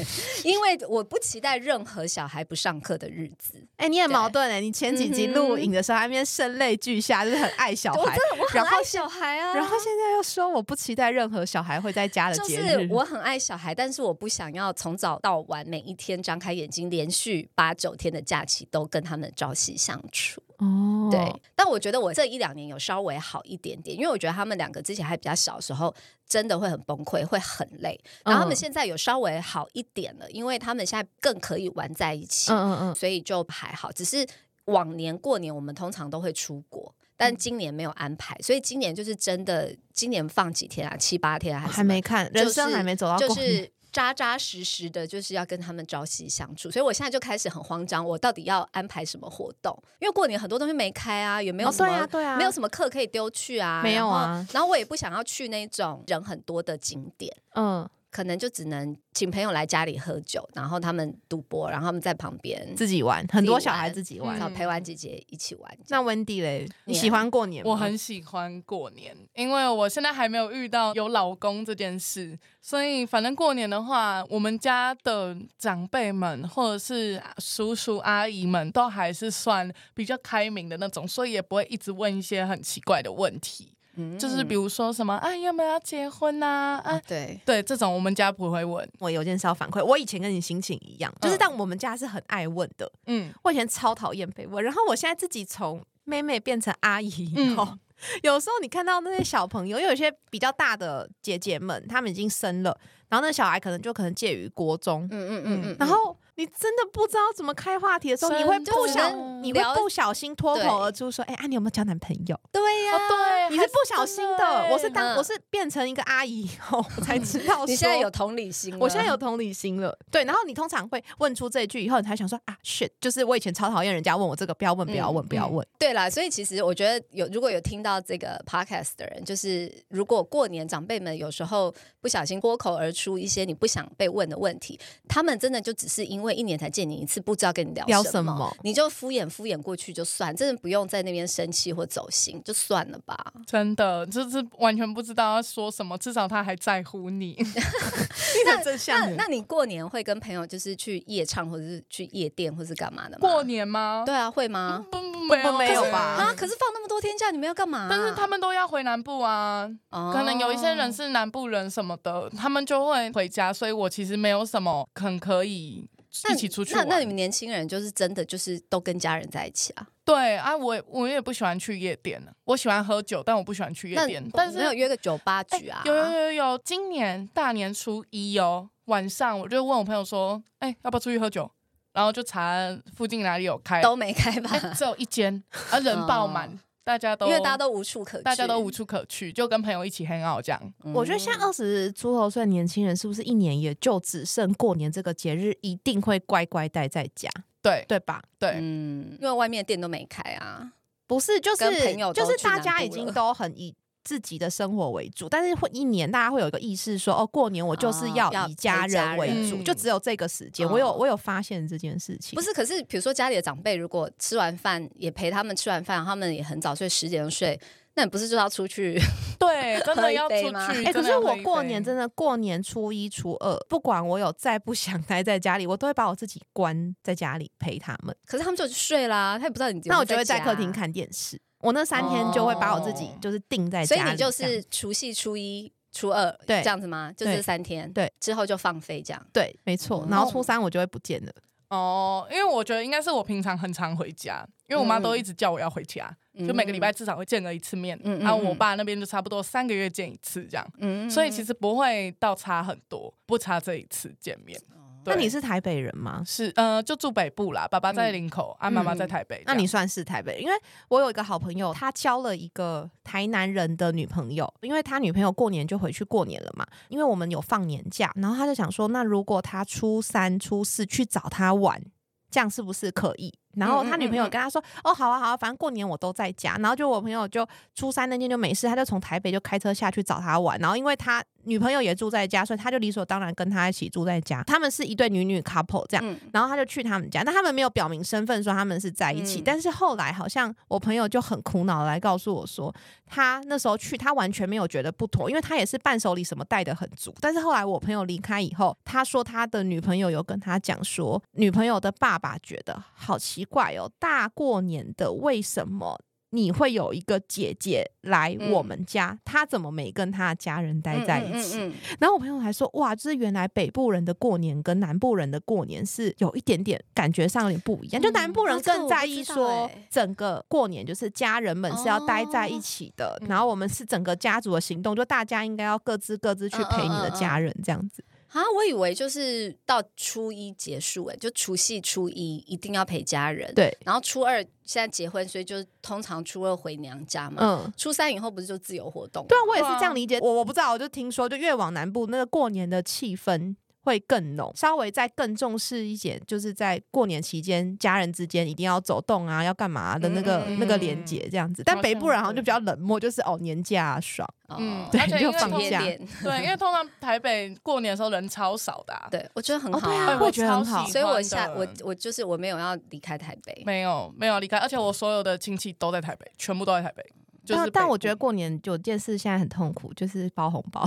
Speaker 1: 因为我不期待任何小孩不上课的日子。
Speaker 3: 哎、你很
Speaker 1: 对
Speaker 3: 矛盾哎、你前几集
Speaker 1: 嗯哼
Speaker 3: 录影的时候还在那边声泪俱下，就是很爱小
Speaker 1: 我
Speaker 3: 孩，
Speaker 1: 真的我很
Speaker 3: 然后
Speaker 1: 爱小孩啊，
Speaker 3: 然后现在又说我不期待任何小孩会在家的
Speaker 1: 就
Speaker 3: 节
Speaker 1: 是
Speaker 3: 日。
Speaker 1: 我很爱小孩，但是我不想要从早到晚每一天张开眼睛，连续八九天的假期都跟他们朝夕相处。
Speaker 3: 哦
Speaker 1: 对，但我觉得我这一两年有稍微好一点点，因为我觉得他们两个之前还比较小的时候，真的会很崩溃，会很累。然后他们
Speaker 3: 嗯
Speaker 1: 现在有稍微好一点了，因为他们现在更可以玩在一起，
Speaker 3: 嗯嗯嗯，
Speaker 1: 所以就还好。只是往年过年我们通常都会出国，
Speaker 3: 嗯
Speaker 1: 但今年没有安排，所以今年就是真的，今年放几天啊，七八天啊还是
Speaker 3: 还没看，
Speaker 1: 就是
Speaker 3: 人生还没走到
Speaker 1: 就
Speaker 3: 过年
Speaker 1: 是扎扎实实的，就是要跟他们朝夕相处。所以我现在就开始很慌张，我到底要安排什么活动？因为过年很多东西没开啊，也没有
Speaker 3: 哦
Speaker 1: 什
Speaker 3: 对
Speaker 1: 么、
Speaker 3: 啊对啊，
Speaker 1: 没有什么课可以丢去啊，
Speaker 3: 没有啊
Speaker 1: 然后。然后我也不想要去那种人很多的景点。
Speaker 3: 嗯，
Speaker 1: 可能就只能请朋友来家里喝酒，然后他们赌博，然后他们在旁边
Speaker 3: 自己玩，很多
Speaker 1: 自己
Speaker 3: 小
Speaker 1: 玩
Speaker 3: 孩自己
Speaker 2: 嗯
Speaker 3: 玩。
Speaker 1: 然后陪玩姐姐一起玩。
Speaker 3: 那 Wendy 嘞，你
Speaker 1: 你啊
Speaker 3: 喜欢过年吗？
Speaker 2: 我很喜欢过年，因为我现在还没有遇到有老公这件事，所以反正过年的话，我们家的长辈们或者是啊叔叔阿姨们都还是算比较开明的那种，所以也不会一直问一些很奇怪的问题，
Speaker 1: 嗯
Speaker 2: 就是比如说什么啊有没有要结婚呐啊。
Speaker 1: 啊，对，
Speaker 2: 对，这种我们家不会问。
Speaker 3: 我有件事要反馈，我以前跟你心情一样，就是
Speaker 2: 嗯
Speaker 3: 但我们家是很爱问的，
Speaker 2: 嗯，
Speaker 3: 我以前超讨厌被问，然后我现在自己从妹妹变成阿姨以后。
Speaker 2: 嗯
Speaker 3: 有时候你看到那些小朋友，因为有一些比较大的姐姐们，她们已经生了，然后那小孩可能就可能介于国中，
Speaker 1: 嗯嗯嗯嗯，
Speaker 3: 然后你真的不知道怎么开话题的时候，
Speaker 2: 真
Speaker 3: 哦你
Speaker 2: 的啊
Speaker 3: 会不小，你会
Speaker 1: 了
Speaker 3: 不小心脱口
Speaker 1: 对
Speaker 3: 而出说：“哎、啊，你有没有交男朋友
Speaker 1: 对呀、
Speaker 2: 哦对，？”
Speaker 3: 啊你是不小心
Speaker 2: 真的
Speaker 3: 的，
Speaker 2: 欸
Speaker 3: 我是当
Speaker 1: 嗯
Speaker 3: 我是变成一个阿姨以后，我才知
Speaker 1: <laughs>
Speaker 3: 道
Speaker 1: 你现在
Speaker 3: 说
Speaker 1: 有同理心了，
Speaker 3: 我现在有同理心了，对。然后你通常会问出这一句以后，你才想说啊，shit，就是我以前超讨厌人家问我这个，不要问，不要问，
Speaker 2: 嗯
Speaker 3: 不要问。
Speaker 1: 对啦，所以其实我觉得有如果有听到这个 podcast 的人，就是如果过年长辈们有时候不小心脱口而出一些你不想被问的问题，他们真的就只是因为一年才见你一次，不知道跟你聊
Speaker 3: 聊
Speaker 1: 什
Speaker 3: 什
Speaker 1: 么，
Speaker 3: <laughs> 么
Speaker 1: 你就敷衍敷衍过去就算，真的不用在那边生气或走心，就算了吧。
Speaker 2: 真的，就是完全不知道要说什么，至少他还在乎你。
Speaker 3: 那真
Speaker 1: 那
Speaker 3: 像
Speaker 1: 那你过年会跟朋友就是去夜唱，或者是去夜店，或是干嘛的吗？
Speaker 2: 过年嗯吗？
Speaker 1: 对啊，会吗？
Speaker 2: 不不没有
Speaker 3: 没有
Speaker 2: 可是
Speaker 3: 吧
Speaker 1: 啊，可是放那么多天假，你们要干嘛啊、
Speaker 2: 但是他们都要回南部啊，
Speaker 1: 哦
Speaker 2: 可能有一些人是南部人什么的，他们就会回家，所以我其实没有什么很可以
Speaker 1: 那
Speaker 2: 一起出去
Speaker 1: 那
Speaker 2: 玩。
Speaker 1: 那你们年轻人就是真的就是都跟家人在一起啊？
Speaker 2: 对啊，我也我也不喜欢去夜店，啊我喜欢喝酒，但我不喜欢去夜
Speaker 1: 那
Speaker 2: 店。但是哎
Speaker 1: 没有约个酒吧局啊？
Speaker 2: 有有有有，今年大年初一哦，晚上我就问我朋友说，哎、要不要出去喝酒？然后就查附近哪里有开，
Speaker 1: 都没开吧
Speaker 2: 哎、？只有一间，啊，人
Speaker 1: <laughs>
Speaker 2: 爆满，大家都
Speaker 1: 因为大家都无处可去，
Speaker 2: 大家都无。处可去，就跟朋友一起 hang out 这样。
Speaker 1: 嗯
Speaker 3: 我觉得像
Speaker 2: 哦
Speaker 3: 二十出头岁的年轻人，是不是一年也就只剩过年这个节日，一定会乖乖待在家，
Speaker 2: 对
Speaker 3: 对吧？
Speaker 2: 对，
Speaker 1: 嗯，因为外面的店都没开啊。
Speaker 3: 不是，就是
Speaker 1: 跟朋友都
Speaker 3: 就是
Speaker 1: 去
Speaker 3: 大
Speaker 1: 南
Speaker 3: 家已
Speaker 1: 部
Speaker 3: 经
Speaker 1: 了
Speaker 3: 都很以。自己的生活为主，但是会一年大家会有一个意识说，哦，过年我就是
Speaker 1: 哦
Speaker 3: 要
Speaker 1: 要
Speaker 3: 以
Speaker 1: 陪
Speaker 3: 家
Speaker 1: 家
Speaker 3: 人为
Speaker 2: 人
Speaker 3: 主，
Speaker 2: 嗯
Speaker 3: 就只有这个时间。我有
Speaker 1: 哦
Speaker 3: 我有发现这件事情，
Speaker 1: 不是，可是比如说家里的长辈，如果吃完饭也陪他们吃完饭，他们也很早睡，十点就睡，那你不是就要出去？ <laughs>
Speaker 2: 对，真
Speaker 1: 喝
Speaker 2: 的
Speaker 1: 一
Speaker 2: 要出
Speaker 1: 杯
Speaker 2: 去。
Speaker 1: 吗
Speaker 3: 哎、
Speaker 2: 真
Speaker 3: 可
Speaker 2: 的
Speaker 3: 是
Speaker 2: 要
Speaker 3: 我
Speaker 2: 喝一
Speaker 3: 过
Speaker 2: 杯
Speaker 3: 年真的过年初一初二，不管我有再不想待在家里，我都会把我自己关在家里陪他们。
Speaker 1: 可是他们就去睡啦，他也不知道你怎么
Speaker 3: 那我就会
Speaker 1: 在家
Speaker 3: 在客厅。看电视。我那三天就会把我自己
Speaker 2: 哦
Speaker 3: 就是定在家
Speaker 1: 所
Speaker 3: 里
Speaker 1: 以
Speaker 3: 这
Speaker 1: 你就
Speaker 3: 样，
Speaker 1: 是除夕、初一、初二，
Speaker 3: 对
Speaker 1: 这样子吗？就
Speaker 3: 对
Speaker 1: 这三天，
Speaker 3: 对，
Speaker 1: 之后就放飞这样。
Speaker 3: 对，没错。
Speaker 1: 哦
Speaker 3: 然后初三我就会不见了。
Speaker 2: 哦，因为我觉得应该是我平常很常回家，因为我妈
Speaker 3: 嗯
Speaker 2: 都一直叫我要回家，就每个礼拜至少会见个一次面。
Speaker 1: 嗯嗯
Speaker 2: 然后我
Speaker 1: 嗯
Speaker 2: 爸那边就差不多三个月见一次这样，
Speaker 1: 嗯，嗯
Speaker 2: 所以其实不会到差很多，不差这一次见面。
Speaker 3: 哦那
Speaker 2: 对
Speaker 3: 你是台北人吗？
Speaker 2: 是呃，就住北部啦，爸爸在林口，啊，妈妈在台北这
Speaker 3: 嗯那
Speaker 2: 样。
Speaker 3: 你算是台北人，因为我有一个好朋友，他交了一个台南人的女朋友，因为他女朋友过年就回去过年了嘛，因为我们有放年假，然后他就想说，那如果他初三、初四去找他玩，这样是不是可以？然
Speaker 2: 嗯
Speaker 3: 后他女朋友跟他说：“哦，好啊，好啊，反正过年我都在家。”然后就我朋友就初三那天就没事，他就从台北就开车下去找他玩。然后因为他女朋友也住在家，所以他就理所当然跟他一起住在家。他们是一对女女 couple 这样。
Speaker 1: 嗯
Speaker 3: 然后他就去他们家，但他们没有表明身份说他们是在一起。
Speaker 1: 嗯
Speaker 3: 但是后来好像我朋友就很苦恼地来告诉我说，他那时候去他完全没有觉得不妥，因为他也是伴手礼什么带的很足。但是后来我朋友离开以后，他说他的女朋友有跟他讲说，女朋友的爸爸觉得好奇怪哦，大过年的为什么？你会有一个姐姐来我们家，他怎么没跟他的家人待在一起？
Speaker 1: 嗯嗯嗯嗯嗯
Speaker 3: 然后我朋友还说，哇，就是原来北部人的过年跟南部人的过年是有一点点感觉上有点不一样，就
Speaker 2: 嗯
Speaker 3: 南部人
Speaker 1: 啊这个
Speaker 3: 更
Speaker 1: 我
Speaker 3: 在
Speaker 1: 不
Speaker 3: 意
Speaker 1: 知道
Speaker 3: 说
Speaker 1: 欸
Speaker 3: 整个过年就是家人们是要待在一起的，
Speaker 2: 哦
Speaker 1: 嗯嗯
Speaker 3: 然后我们是整个家族的行动，就大家应该要各自各自去陪你的家人这样子。
Speaker 1: 啊，我以为就是到初一结束、欸，哎，就除夕初一一定要陪家人，
Speaker 3: 对，
Speaker 1: 然后初二现在结婚，所以就是通常初二回娘家嘛。
Speaker 3: 嗯。
Speaker 1: 初三以后不是就自由活动？
Speaker 3: 对啊，我也是这样理解。我我不知道，我就听说，就越往南部，那个过年的气氛会更浓，稍微再更重视一点，就是在过年期间，家人之间一定要走动啊，要干嘛的那个、
Speaker 2: 嗯
Speaker 3: 那个连接这样子。但
Speaker 2: 好
Speaker 3: 北
Speaker 2: 像
Speaker 3: 部人好像
Speaker 2: 对
Speaker 3: 就比较冷漠，就是哦年假、啊、爽，
Speaker 1: 哦
Speaker 2: 嗯
Speaker 3: 对
Speaker 2: 而且
Speaker 3: 就
Speaker 2: 因为
Speaker 3: 放
Speaker 2: 通
Speaker 3: 假 <laughs>
Speaker 1: 夜店
Speaker 2: 对，因为通常台北过年的时候人超少的、啊，
Speaker 1: 对我觉得很
Speaker 3: 哦
Speaker 1: 好
Speaker 3: 对啊
Speaker 2: 哎
Speaker 1: 啊。
Speaker 3: 我也觉得很好
Speaker 2: 超喜欢的
Speaker 1: 所以我下我我就是我没有要离开台北，
Speaker 2: 没有没有离开，而且我所有的亲戚都在台北，全部都在台北。就是
Speaker 3: 但
Speaker 2: 北部、
Speaker 3: 但我觉得过年有件事现在很痛苦，就是包红
Speaker 2: <laughs>
Speaker 3: 包。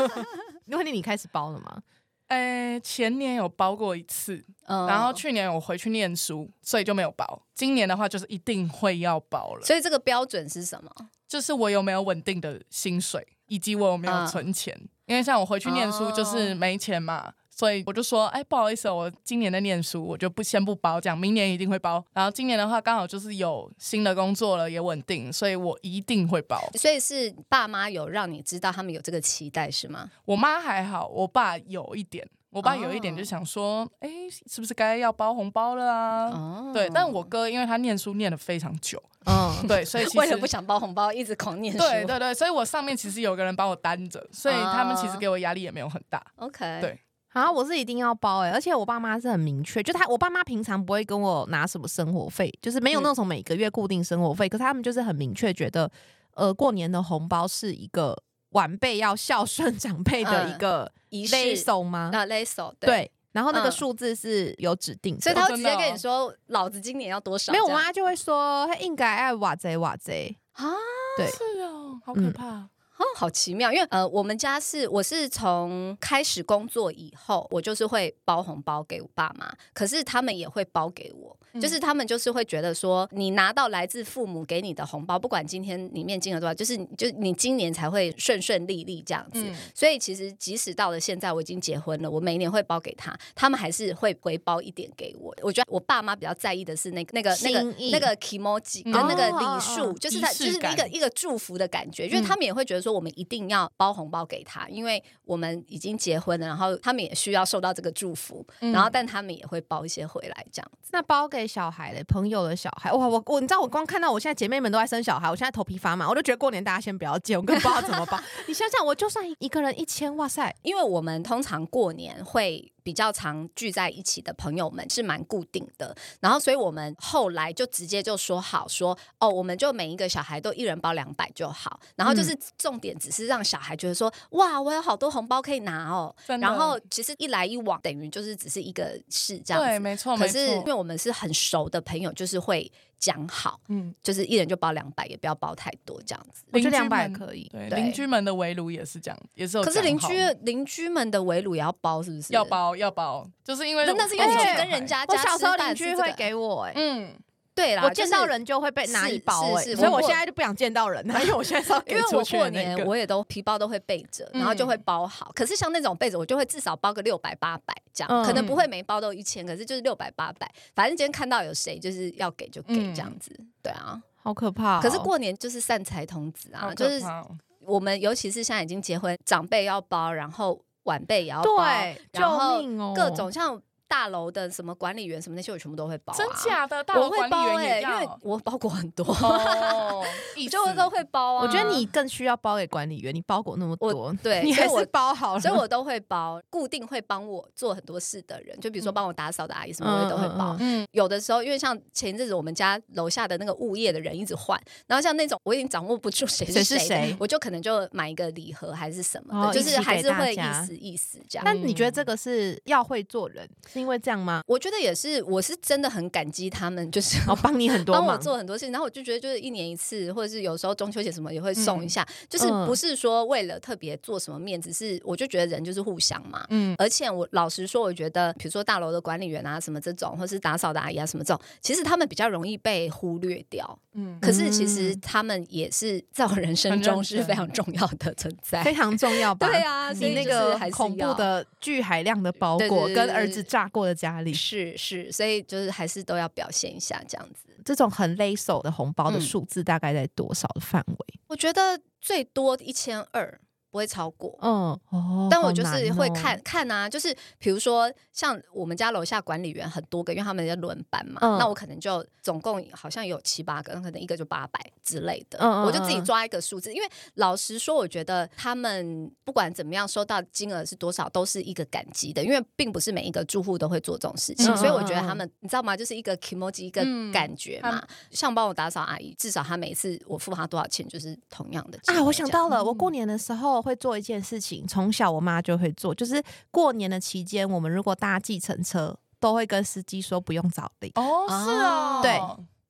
Speaker 3: <laughs> 因为你开始包了吗？
Speaker 2: 哎、前年有包过一次，
Speaker 1: 嗯
Speaker 2: 然后去年我回去念书，所以就没有包。今年的话就是一定会要包了，
Speaker 1: 所以这个标准是什么？
Speaker 2: 就是我有没有稳定的薪水，以及我有没有
Speaker 3: 嗯
Speaker 2: 存钱。因为像我回去念书
Speaker 1: 哦
Speaker 2: 就是没钱嘛，所以我就说，哎，不好意思哦，我今年在念书，我就不先不包，这样明年一定会包。然后今年的话刚好就是有新的工作了，也稳定，所以我一定会包。
Speaker 1: 所以是爸妈有让你知道他们有这个期待是吗？
Speaker 2: 我妈还好，我爸有一点，我爸有一点
Speaker 1: 哦
Speaker 2: 就想说，哎、是不是该要包红包了啊？
Speaker 1: <laughs> 哦，
Speaker 2: 对，但我哥因为他念书念了非常久，
Speaker 3: 嗯，
Speaker 2: 对，所以
Speaker 1: <laughs>
Speaker 2: 其实
Speaker 1: 为哦了不想包红包，一直狂念书。
Speaker 2: 对对对，所以我上面其实有个人帮我担着，所以他们
Speaker 1: 啊
Speaker 2: 其实给我压力也没有很大。
Speaker 1: ，OK，
Speaker 2: 对
Speaker 3: 啊，我是一定要包哎、而且我爸妈是很明确，就他我爸妈平常不会跟我拿什么生活费，就是没有
Speaker 2: 嗯
Speaker 3: 那种每个月固定生活费，可是他们就是很明确觉得，呃，过年的红包是一个晚辈要孝顺长辈的一个
Speaker 1: 嗯仪式啊
Speaker 3: l 送吗？
Speaker 1: 那 leso
Speaker 3: 对，，然后那个
Speaker 1: 嗯
Speaker 3: 数字是有指定的，
Speaker 1: 所以他会直接
Speaker 2: 哦真的哦
Speaker 1: 跟你说，老子今年要多少？
Speaker 3: 没有我
Speaker 1: 这
Speaker 3: 啊
Speaker 1: 样
Speaker 3: 妈就会说他应该爱瓦贼瓦贼，
Speaker 1: 啊，
Speaker 3: 对，
Speaker 2: 是哦，好
Speaker 3: 可
Speaker 2: 可怕。
Speaker 1: 哦，好奇妙，因为呃，我们家是我是从开始工作以后，我就是会包红包给我爸妈，可是他们也会包给我，
Speaker 2: 嗯
Speaker 1: 就是他们就是会觉得说，你拿到来自父母给你的红包，不管今天里面金额多少，就是就是你今年才会顺顺利利这样子。
Speaker 2: 嗯
Speaker 1: 所以其实即使到了现在，我已经结婚了，我每年会包给他，他们还是会回包一点给我。我觉得我爸妈比较在意的是那个那个那
Speaker 3: 心意
Speaker 1: 个那个 k i m o j i 跟那个礼数，
Speaker 3: 哦哦哦
Speaker 1: 就是他
Speaker 2: 仪式
Speaker 1: 就是那个
Speaker 2: 感嗯
Speaker 1: 一个祝福的感觉，因为他们也会觉得说我们一定要包红包给他，因为我们已经结婚了，然后他们也需要受到这个祝福，
Speaker 2: 嗯
Speaker 1: 然后但他们也会包一些回来这样子。
Speaker 3: 那包给小孩嘞，朋友的小孩，哇，我我你知道我光看到我现在姐妹们都在生小孩，我现在头皮发麻，我就觉得过年大家先不要见，我更不知道怎么
Speaker 1: <laughs>
Speaker 3: 包。你想想，我就算一个人一千，哇塞，
Speaker 1: 因为我们通常过年会比较常聚在一起的朋友们是蛮固定的，然后所以我们后来就直接就说好说哦，我们就每一个小孩都一人包两百就好，然
Speaker 2: 嗯
Speaker 1: 后就是重点只是让小孩觉得说哇，我有好多红包可以拿哦，
Speaker 2: 真的
Speaker 1: 然后其实一来一往等于就是只是一个事这样子
Speaker 2: 对，。没错，
Speaker 1: 可
Speaker 2: 没
Speaker 1: 是因为
Speaker 2: 错。
Speaker 1: 我们是很熟的朋友，就是会讲好，
Speaker 2: 嗯，
Speaker 1: 就是一人就包两百，也不要包太多这样子。
Speaker 3: 我
Speaker 2: 邻
Speaker 3: 觉得两
Speaker 2: 居
Speaker 3: 百
Speaker 2: 们
Speaker 3: 可以。
Speaker 2: 对，
Speaker 1: 对
Speaker 2: 邻居们的围炉也是这样，也是有
Speaker 1: 可
Speaker 2: 讲好。
Speaker 1: 是邻居邻居们的围炉也要包，是不是？
Speaker 2: 要。包要包，就是因为
Speaker 1: 那那是因为
Speaker 2: 我
Speaker 1: 你
Speaker 2: 有
Speaker 1: 去
Speaker 2: 小
Speaker 1: 跟
Speaker 2: 孩
Speaker 1: 人家
Speaker 3: 我
Speaker 1: 家
Speaker 3: 小时候
Speaker 1: 吃饭
Speaker 3: 邻
Speaker 1: 是
Speaker 3: 居
Speaker 1: 这
Speaker 3: 会
Speaker 1: 个，
Speaker 3: 给我、哎、
Speaker 2: 嗯，
Speaker 1: 对啦，
Speaker 3: 我见到
Speaker 1: 就是。
Speaker 3: 人就会被拿一包、
Speaker 1: 是是
Speaker 3: 哎，
Speaker 1: 是
Speaker 3: 所以
Speaker 1: 我
Speaker 3: 我
Speaker 1: 过
Speaker 3: 现在就不想见到人
Speaker 1: <laughs>
Speaker 3: 了，因为我现在是要
Speaker 1: 因
Speaker 3: 给
Speaker 1: 为
Speaker 3: 出
Speaker 1: 我
Speaker 3: 去
Speaker 1: 过
Speaker 3: 的那
Speaker 1: 年
Speaker 3: 个。嗯
Speaker 1: 我也都皮包都会备着，然后就会包好。可是像那种备着，我就会至少包个六百八百这样，
Speaker 3: 嗯
Speaker 1: 可能不会每包都一千，可是就是六百八百。反正今天看到有谁就是要给就给
Speaker 2: 嗯
Speaker 1: 这样子，对啊。
Speaker 3: 好可怕哦、
Speaker 1: 可是过年就是散财童子啊，
Speaker 2: 好
Speaker 1: 就
Speaker 2: 可
Speaker 1: 是
Speaker 2: 怕哦
Speaker 1: 我们尤其是现在已经结婚，长辈要包，然后晚辈也要包，
Speaker 3: 对，
Speaker 1: 然后
Speaker 3: 救命哦，
Speaker 1: 各种像大楼的什么管理员什么那些，我全部都会包、啊。
Speaker 2: 真？假的，大
Speaker 1: 我
Speaker 2: 楼
Speaker 1: 会
Speaker 2: 管
Speaker 1: 包哎、
Speaker 2: 理员也
Speaker 1: 因为
Speaker 2: 要。
Speaker 1: 我包裹很多，
Speaker 3: <laughs>
Speaker 2: 哦，意
Speaker 1: 就
Speaker 2: 思
Speaker 1: 都会包啊。
Speaker 3: 我觉得你更需要包给管理员，你包裹那么多，
Speaker 1: 对
Speaker 3: 你
Speaker 1: 所以
Speaker 3: 还
Speaker 1: 我
Speaker 3: 是包好了。
Speaker 1: 所以我都会包，固定会帮我做很多事的人，就比如说帮我打扫的阿姨什么，我也都会包。
Speaker 3: 嗯
Speaker 2: 嗯，
Speaker 1: 有的时候，因为像前一阵子我们家楼下的那个物业的人一直换，然后像那种我已经掌握不住谁
Speaker 3: 谁
Speaker 1: 是
Speaker 3: 是
Speaker 1: 谁，
Speaker 3: 谁
Speaker 1: 我就可能就买一个礼盒还是什么的，
Speaker 3: 哦
Speaker 1: 就
Speaker 3: 一
Speaker 1: 是
Speaker 3: 起
Speaker 1: 还
Speaker 3: 给
Speaker 1: 是
Speaker 3: 大
Speaker 1: 会意
Speaker 3: 家
Speaker 1: 思意思这样。
Speaker 3: 但你觉得这个是要会做人，是因为这样吗？
Speaker 1: 我觉得也是，我是真的很感激他们，就是
Speaker 3: <laughs> 哦，帮你很多
Speaker 1: 帮我
Speaker 3: 忙，
Speaker 1: 做很多事情，然后我就觉得就是一年一次，或者是有时候中秋节什么也会送
Speaker 3: 嗯
Speaker 1: 一下，就是不是说为了特别做什么面子，是我就觉得人就是互相嘛。
Speaker 2: 嗯
Speaker 1: 而且我老实说，我觉得比如说大楼的管理员啊，什么这种，或是打扫的阿姨啊，什么这种，其实他们比较容易被忽略掉。
Speaker 2: 嗯，
Speaker 1: 可是其实他们也是在我人生中是非常重要的存在
Speaker 3: 非。常重要
Speaker 1: <laughs>
Speaker 3: 吧？
Speaker 1: 对啊，所
Speaker 3: 你
Speaker 1: 以
Speaker 3: 那
Speaker 1: 就是
Speaker 3: 个
Speaker 1: 还是
Speaker 3: 恐怖
Speaker 1: 要
Speaker 3: 的巨海量的包
Speaker 1: 对对
Speaker 3: 裹，
Speaker 1: 对对
Speaker 3: 跟
Speaker 1: 对
Speaker 3: 儿子炸过的家里，
Speaker 1: 是是，所以就是还是都要表现一下这样子。
Speaker 3: 这种很勒手的红包的
Speaker 1: 嗯
Speaker 3: 数字大概在多少的范围？
Speaker 1: 我觉得最多一千二，不不会超过。
Speaker 3: 嗯，哦，
Speaker 1: 但我
Speaker 3: 好
Speaker 1: 就是
Speaker 3: 难
Speaker 1: 会
Speaker 3: 哦
Speaker 1: 看、看啊，就是比如说像我们家楼下管理员很多个，因为他们在轮班嘛，
Speaker 3: 嗯
Speaker 1: 那我可能就总共好像有七八个，可能一个就八百之类的，
Speaker 3: 嗯嗯
Speaker 1: 我就自己
Speaker 3: 嗯
Speaker 1: 抓一个数字。因为老实说，我觉得他们不管怎么样收到金额是多少，都是一个感激的，因为并不是每一个住户都会做这种事情，
Speaker 3: 嗯
Speaker 1: 所以
Speaker 3: 嗯
Speaker 1: 我觉得
Speaker 3: 嗯
Speaker 1: 他们你知道吗？就是一个 emoji 一个
Speaker 2: 嗯
Speaker 1: 感觉
Speaker 2: 他
Speaker 1: 嘛。像帮我打扫阿姨，至少她每次我付她多少钱，就是同样的金额
Speaker 3: 啊，我想
Speaker 1: 这样
Speaker 3: 到了，我过
Speaker 2: 嗯
Speaker 3: 年的时候会做一件事情，从小我妈就会做，就是过年的期间，我们如果搭计程车，都会跟司机说不用找零，
Speaker 2: 哦，是哦，
Speaker 3: 对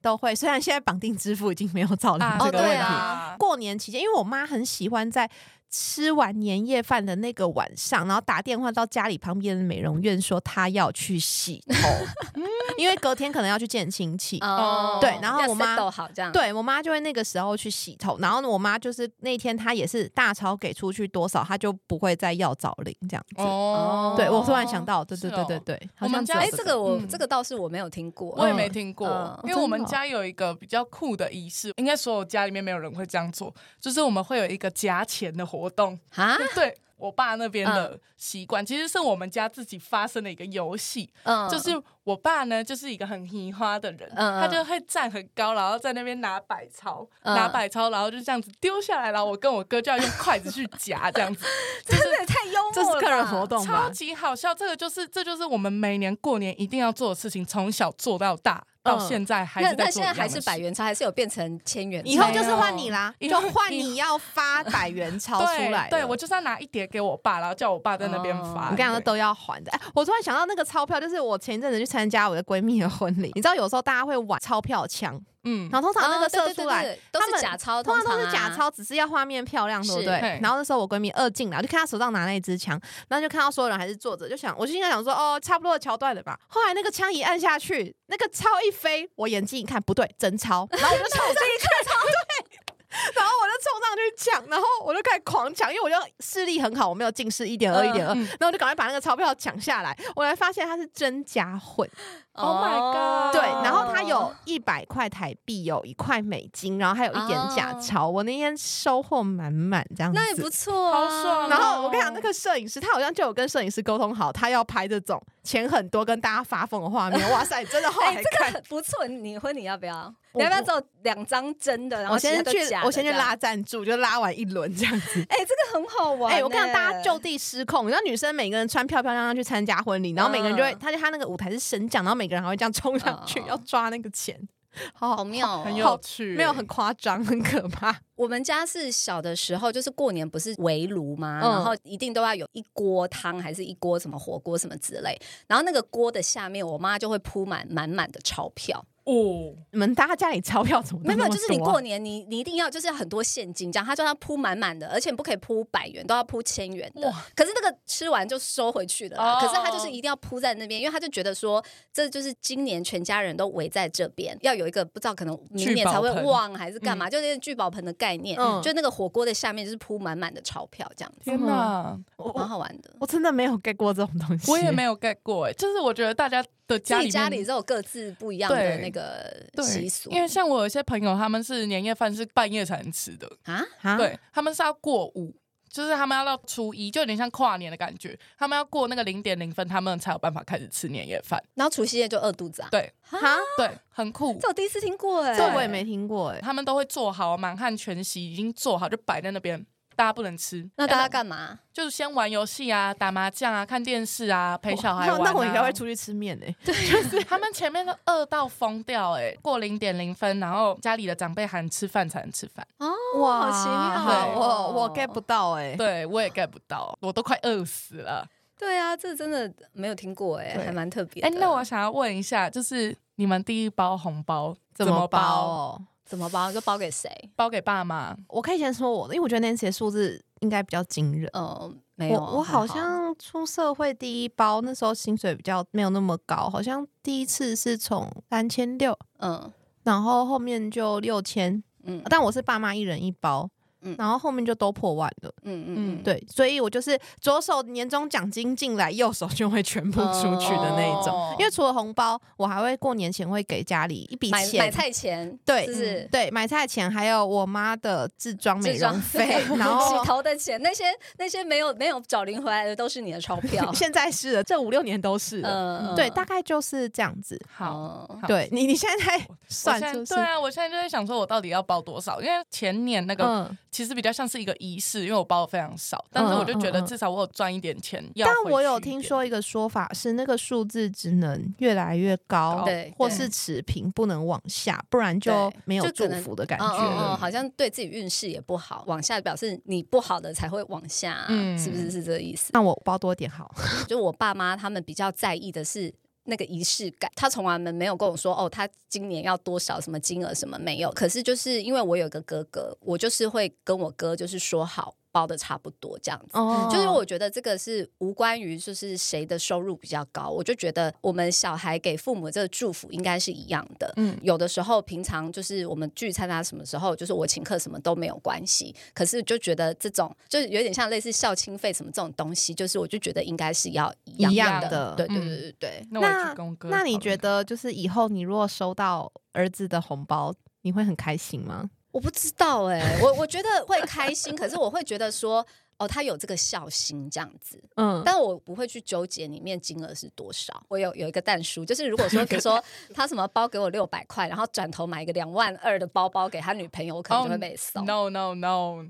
Speaker 3: 都会。虽然现在绑定支付已经没有找零
Speaker 2: 啊，
Speaker 3: 这
Speaker 1: 哦
Speaker 3: 个
Speaker 1: 对
Speaker 3: 问题，
Speaker 2: 啊，
Speaker 3: 过年期间，因为我妈很喜欢在吃完年夜饭的那个晚上，然后打电话到家里旁边的美容院说她要去洗头，
Speaker 2: <laughs>
Speaker 3: 因为隔天可能要去见亲戚。
Speaker 2: 嗯
Speaker 1: 哦，
Speaker 3: 对然后我妈
Speaker 1: 都好这样，
Speaker 3: 对我妈就会那个时候去洗头，然后我妈就是那天她也是大钞给出去多少，她就不会再要找零这样子。
Speaker 2: 哦，
Speaker 3: 对我突然想到，对
Speaker 2: 是
Speaker 3: 对
Speaker 2: 哦
Speaker 3: 对对，对，好
Speaker 2: 我们
Speaker 3: 像只
Speaker 2: 家
Speaker 3: 有
Speaker 1: 哎，
Speaker 2: 这
Speaker 1: 这个我
Speaker 2: 嗯
Speaker 1: 这个倒是我没有听过，
Speaker 2: 我也没听过，
Speaker 1: 嗯
Speaker 2: 因为我们
Speaker 3: 真的哦
Speaker 2: 家有一个比较酷的仪式，应该所有家里面没有人会这样做，就是我们会有一个夹钱的活动。
Speaker 1: 啊，
Speaker 3: 嗯
Speaker 2: 对我爸那边的习惯，其实是我们家自己发生的一个游戏，
Speaker 1: 嗯
Speaker 2: 就是我爸呢就是一个很移花的人，
Speaker 1: 嗯嗯
Speaker 2: 他就会站很高，然后在那边拿百钞，
Speaker 1: 嗯
Speaker 2: 拿百钞，然后就这样子丢下来，然后我跟我哥就要用筷子去夹，这样
Speaker 1: <laughs>
Speaker 2: 子，
Speaker 1: 真的也太幽默了吧，
Speaker 3: 这是个人活动吧
Speaker 2: 超？级好笑。这个就是这就是我们每年过年一定要做的事情，从小做到大，到现在还
Speaker 1: 那
Speaker 2: 是
Speaker 1: 嗯那
Speaker 2: 在
Speaker 1: 现
Speaker 2: 做
Speaker 1: 在
Speaker 2: 一样的事。
Speaker 1: 还是百元钞，还是有变成千元钞？
Speaker 3: 以后就是换你啦，
Speaker 2: 没
Speaker 3: 就
Speaker 2: 有以后
Speaker 3: 换你要发百元钞出来了。
Speaker 2: <laughs> 对，对我就是要拿一叠给我爸，然后叫我爸在那边
Speaker 1: 哦
Speaker 2: 发。
Speaker 3: 我跟你讲
Speaker 2: 对
Speaker 3: 都要还的。哎，我突然想到那个钞票，就是我前一阵子去参加我的闺蜜的婚礼，你知道有时候大家会玩钞票枪，
Speaker 2: 嗯，
Speaker 3: 然后通常那个
Speaker 1: 哦对
Speaker 3: 射
Speaker 1: 对
Speaker 3: 出
Speaker 1: 对
Speaker 3: 来。
Speaker 1: 对都
Speaker 3: 他
Speaker 1: 是
Speaker 3: 们
Speaker 1: 假钞，
Speaker 3: 通常
Speaker 1: 常
Speaker 3: 都是
Speaker 1: 啊
Speaker 3: 假，钞，只是要画面漂亮，对不
Speaker 1: 是
Speaker 3: 对
Speaker 2: 嘿？
Speaker 3: 然后那时候我闺蜜二进来，我就看她手上拿那一支枪，然后就看到所有人还是坐着，就想，我就心里想说，哦，差不多的桥段了吧。后来那个枪一按下去，那个钞一飞，我眼睛一看，不对，真钞，然 <laughs> 后我就冲上去， <laughs> 对，然后我就冲上去抢，然后我就开始狂抢，因为我就视力很好，我没有近视一点二一点二，
Speaker 2: 嗯
Speaker 3: 然后我就赶快把那个钞票抢下来，我才发现它是真假混。
Speaker 2: Oh my
Speaker 1: 哦
Speaker 2: god
Speaker 3: 对，然后它有一百块台币，有一块美金，然后还有一点假
Speaker 1: 哦
Speaker 3: 钞。我那天收获满满，这样子。
Speaker 1: 那也不错哦
Speaker 2: 好
Speaker 1: 啊，
Speaker 2: 爽
Speaker 3: 然后我跟你讲，那个摄影师他好像就有跟摄影师沟通好，他要拍这种钱很多跟大家发疯的画面。哇塞，真的后
Speaker 1: 哎，
Speaker 3: 来看，
Speaker 1: 这个不错，你婚礼要不要？
Speaker 3: 我
Speaker 1: 你要不要做两张真的？然后
Speaker 3: 我先
Speaker 1: 其他都
Speaker 3: 去
Speaker 1: 假，的
Speaker 3: 我先去
Speaker 1: 这样
Speaker 3: 拉。赞助，就拉完一轮这样子。
Speaker 1: 哎，这个很好玩
Speaker 3: 哎、
Speaker 1: 欸。
Speaker 3: 我跟你讲，大家就地失控。你知道女生每个人穿漂漂亮亮去参加婚礼，然后每个人就会，
Speaker 1: 嗯
Speaker 3: 他就他那个舞台是升降，然后每个人还会这样冲上去、
Speaker 1: 嗯
Speaker 3: 要抓那个钱，好
Speaker 1: 好妙哦，
Speaker 2: 很有趣，
Speaker 3: 没有很夸张，很可怕。
Speaker 1: 我们家是小的时候，就是过年不是围炉嘛，
Speaker 3: 嗯
Speaker 1: 然后一定都要有一锅汤，还是一锅什么火锅什么之类。然后那个锅的下面，我妈就会铺满满满的钞票。
Speaker 2: 哦，
Speaker 3: 你们大家家里钞票怎么啊
Speaker 1: 没有，没有，就是你
Speaker 2: 啊
Speaker 1: 过
Speaker 3: 年
Speaker 1: 年你你一定要就是要很多现金，这样她就要铺满满的，而且不可以铺百元，都要铺千元的。可是那个吃完就收回去了啦，
Speaker 2: 哦
Speaker 1: 可是她就是一定要铺在那边，因为她就觉得说这就是今年全家人都围在这边，要有一个不知道可能明年才会
Speaker 2: 聚宝盆嗯
Speaker 1: 忘还是干嘛，就那个聚宝盆的概念。
Speaker 3: 嗯
Speaker 1: 就那个火锅的下面就是铺满满的钞票，这样子，
Speaker 2: 天哪，
Speaker 3: 我
Speaker 1: 蛮
Speaker 3: 我
Speaker 1: 好玩的。
Speaker 3: 我真的没有 get 过这种东西，
Speaker 2: 我也没有 get 过哎，就是我觉得大家的
Speaker 1: 自
Speaker 2: 家里
Speaker 1: 己
Speaker 2: 面
Speaker 1: 家里都有各自不一样的
Speaker 2: 对
Speaker 1: 那个习
Speaker 2: 对
Speaker 1: 俗，
Speaker 2: 因为像我有一些朋友，他们是年夜饭是半夜才能吃的，
Speaker 1: 啊，
Speaker 3: 啊，
Speaker 2: 对他们是要过午。就是他们要到初一，就有点像跨年的感觉。他们要过那个零点零分，他们才有办法开始吃年夜饭。
Speaker 1: 然后除夕夜就饿肚子啊，
Speaker 2: 对
Speaker 3: 哈，
Speaker 2: 对，很酷
Speaker 1: 这。我第一次听过哎、
Speaker 3: 这我也没听过哎。
Speaker 2: 他们都会做好满汉全席，已经做好就摆在那边，大家不能吃。
Speaker 1: 那大家
Speaker 2: 要不然
Speaker 1: 干嘛？
Speaker 2: 就是先玩游戏啊，打麻将啊，看电视啊，陪小孩
Speaker 3: 那
Speaker 2: 玩、啊
Speaker 3: 那我应该会出去吃面哎，
Speaker 2: 他们前面都饿到疯掉哎、过零点零分，然后家里的长辈喊吃饭才能吃饭。
Speaker 1: 哦，
Speaker 3: 哇
Speaker 1: 好奇
Speaker 2: 对
Speaker 1: 妙哦，
Speaker 3: 我我 get 不到哎。
Speaker 2: 对我也 get 不到，我都快饿死了。
Speaker 1: 对啊，这真的没有听过哎、
Speaker 2: 对
Speaker 1: 还蛮特别的。
Speaker 2: 哎、那我想要问一下，就是你们第一包红包
Speaker 3: 么
Speaker 2: 包？
Speaker 3: 哦？
Speaker 1: 怎么包？就包给谁？
Speaker 2: 包给爸妈？
Speaker 3: 我可以先说我的，因为我觉得 Nancy 的数字应该比较惊人。
Speaker 1: 嗯、没
Speaker 3: 我
Speaker 1: 有啊，
Speaker 3: 我好
Speaker 1: 还
Speaker 3: 像出社会第一包，那时候薪水比较没有那么高，好像第一次是从三千六，
Speaker 1: 嗯
Speaker 3: 然后后面就六千，
Speaker 1: 嗯，
Speaker 3: 但我是爸妈一人一包，
Speaker 1: 嗯
Speaker 3: 然后后面就都破万了。
Speaker 1: 嗯嗯嗯，
Speaker 3: 对，所以我就是左手年终奖金进来，右手就会全部出去的那一种。
Speaker 2: 哦
Speaker 3: 因为除了红包，我还会过年前会给家里一笔
Speaker 1: 买
Speaker 3: 钱，
Speaker 1: 买菜钱，
Speaker 3: 对
Speaker 1: 是不是？
Speaker 3: 对买菜钱，还有我妈的自装美
Speaker 1: 这种，
Speaker 3: 容费
Speaker 1: <laughs>
Speaker 3: <laughs> 然后。
Speaker 1: 洗头的钱，那些那些没有没有找零回来的都是你的钞票
Speaker 3: 现在 <laughs> 是了，这五六年都是了。
Speaker 1: 嗯
Speaker 3: 对，大概就是这样子。
Speaker 2: 好，
Speaker 1: 哦
Speaker 2: 好
Speaker 3: 对你，你现在在
Speaker 2: 我
Speaker 3: <laughs> 算
Speaker 2: 现在
Speaker 3: 就是
Speaker 2: 对啊，我现在就在想说，我到底要包多少？因为前年那个
Speaker 3: 嗯，
Speaker 2: 其实比较像是一个仪式，因为我包的非常少，但是我就觉得
Speaker 3: 嗯嗯嗯
Speaker 2: 至少我有赚一点钱要回
Speaker 3: 但
Speaker 2: 去一点。
Speaker 3: 我有听说一个说法是，那个数字只能越来越高，
Speaker 1: 对
Speaker 3: 或
Speaker 1: 对
Speaker 3: 是持平，不能往下，不然就
Speaker 1: 对
Speaker 3: 没有
Speaker 1: 就
Speaker 3: 祝
Speaker 1: 可能
Speaker 3: 福的感
Speaker 1: 嗯嗯嗯，
Speaker 3: 觉。
Speaker 1: 好像对自己运势也不好，往下表示你不好的才会往下啊，
Speaker 2: 嗯
Speaker 1: 是不是是这个意思？
Speaker 3: 那我包多点好，
Speaker 1: 就我爸妈他们比较在意的是。那个仪式感，他从来没有跟我说哦，他今年要多少什么金额什么没有。可是就是因为我有一个哥哥，我就是会跟我哥就是说好包的差不多这样子。
Speaker 3: <laughs> 哦
Speaker 1: 就是我觉得这个是无关于就是谁的收入比较高，我就觉得我们小孩给父母这个祝福应该是一样的。
Speaker 2: 嗯
Speaker 1: 有的时候平常就是我们聚餐啊，什么时候就是我请客什么都没有关系，可是就觉得这种就是有点像类似孝亲费什么这种东西，就是我就觉得应该是要一样
Speaker 3: 一样
Speaker 1: 的
Speaker 3: 的，
Speaker 1: 对对
Speaker 2: 嗯
Speaker 1: 对对对。
Speaker 2: 那我去跟我哥
Speaker 3: 呃那你
Speaker 2: 讨论
Speaker 3: 觉得，就是以后你如果收到儿子的红包，你会很开心吗？
Speaker 1: 我不知道哎、我我觉得会开心，可是我会觉得说哦，他有这个孝心这样子，
Speaker 3: 嗯，
Speaker 1: 但我不会去纠结里面金额是多少。我有有一个蛋叔，就是如果说比如
Speaker 3: <laughs>
Speaker 1: 说他什么包给我六百块，然后转头买一个两万二的包包给他女朋友，我可能就
Speaker 3: 哦
Speaker 1: 会被送。
Speaker 2: No no no，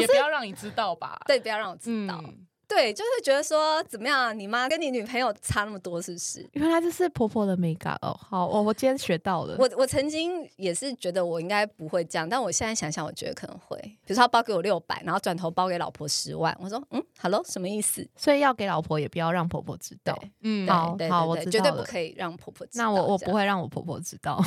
Speaker 2: 哦也
Speaker 3: 是
Speaker 2: 不要让你知道吧。
Speaker 1: 对，不要让我知道。
Speaker 2: 嗯，
Speaker 1: 对，就会觉得说怎么样啊，你妈跟你女朋友差那么多，是不是？
Speaker 3: 原来这是婆婆的美感哦。好，我我今天学到了。
Speaker 1: 我我曾经也是觉得我应该不会这样，但我现在想想，我觉得可能会。比如说他包给我六百，然后转头包给老婆十万，我说嗯，hello，什么意思？
Speaker 3: 所以要给老婆，也不要让婆婆知道。
Speaker 2: 嗯
Speaker 1: 对
Speaker 3: 好
Speaker 1: 对
Speaker 3: 好
Speaker 1: 对
Speaker 3: 我
Speaker 1: 对
Speaker 3: 知
Speaker 1: 绝
Speaker 3: 道
Speaker 1: 对不
Speaker 3: 了
Speaker 1: 可以让婆婆知道。
Speaker 3: 那我我
Speaker 1: 这
Speaker 3: 不
Speaker 1: 样
Speaker 3: 会让我婆婆知道，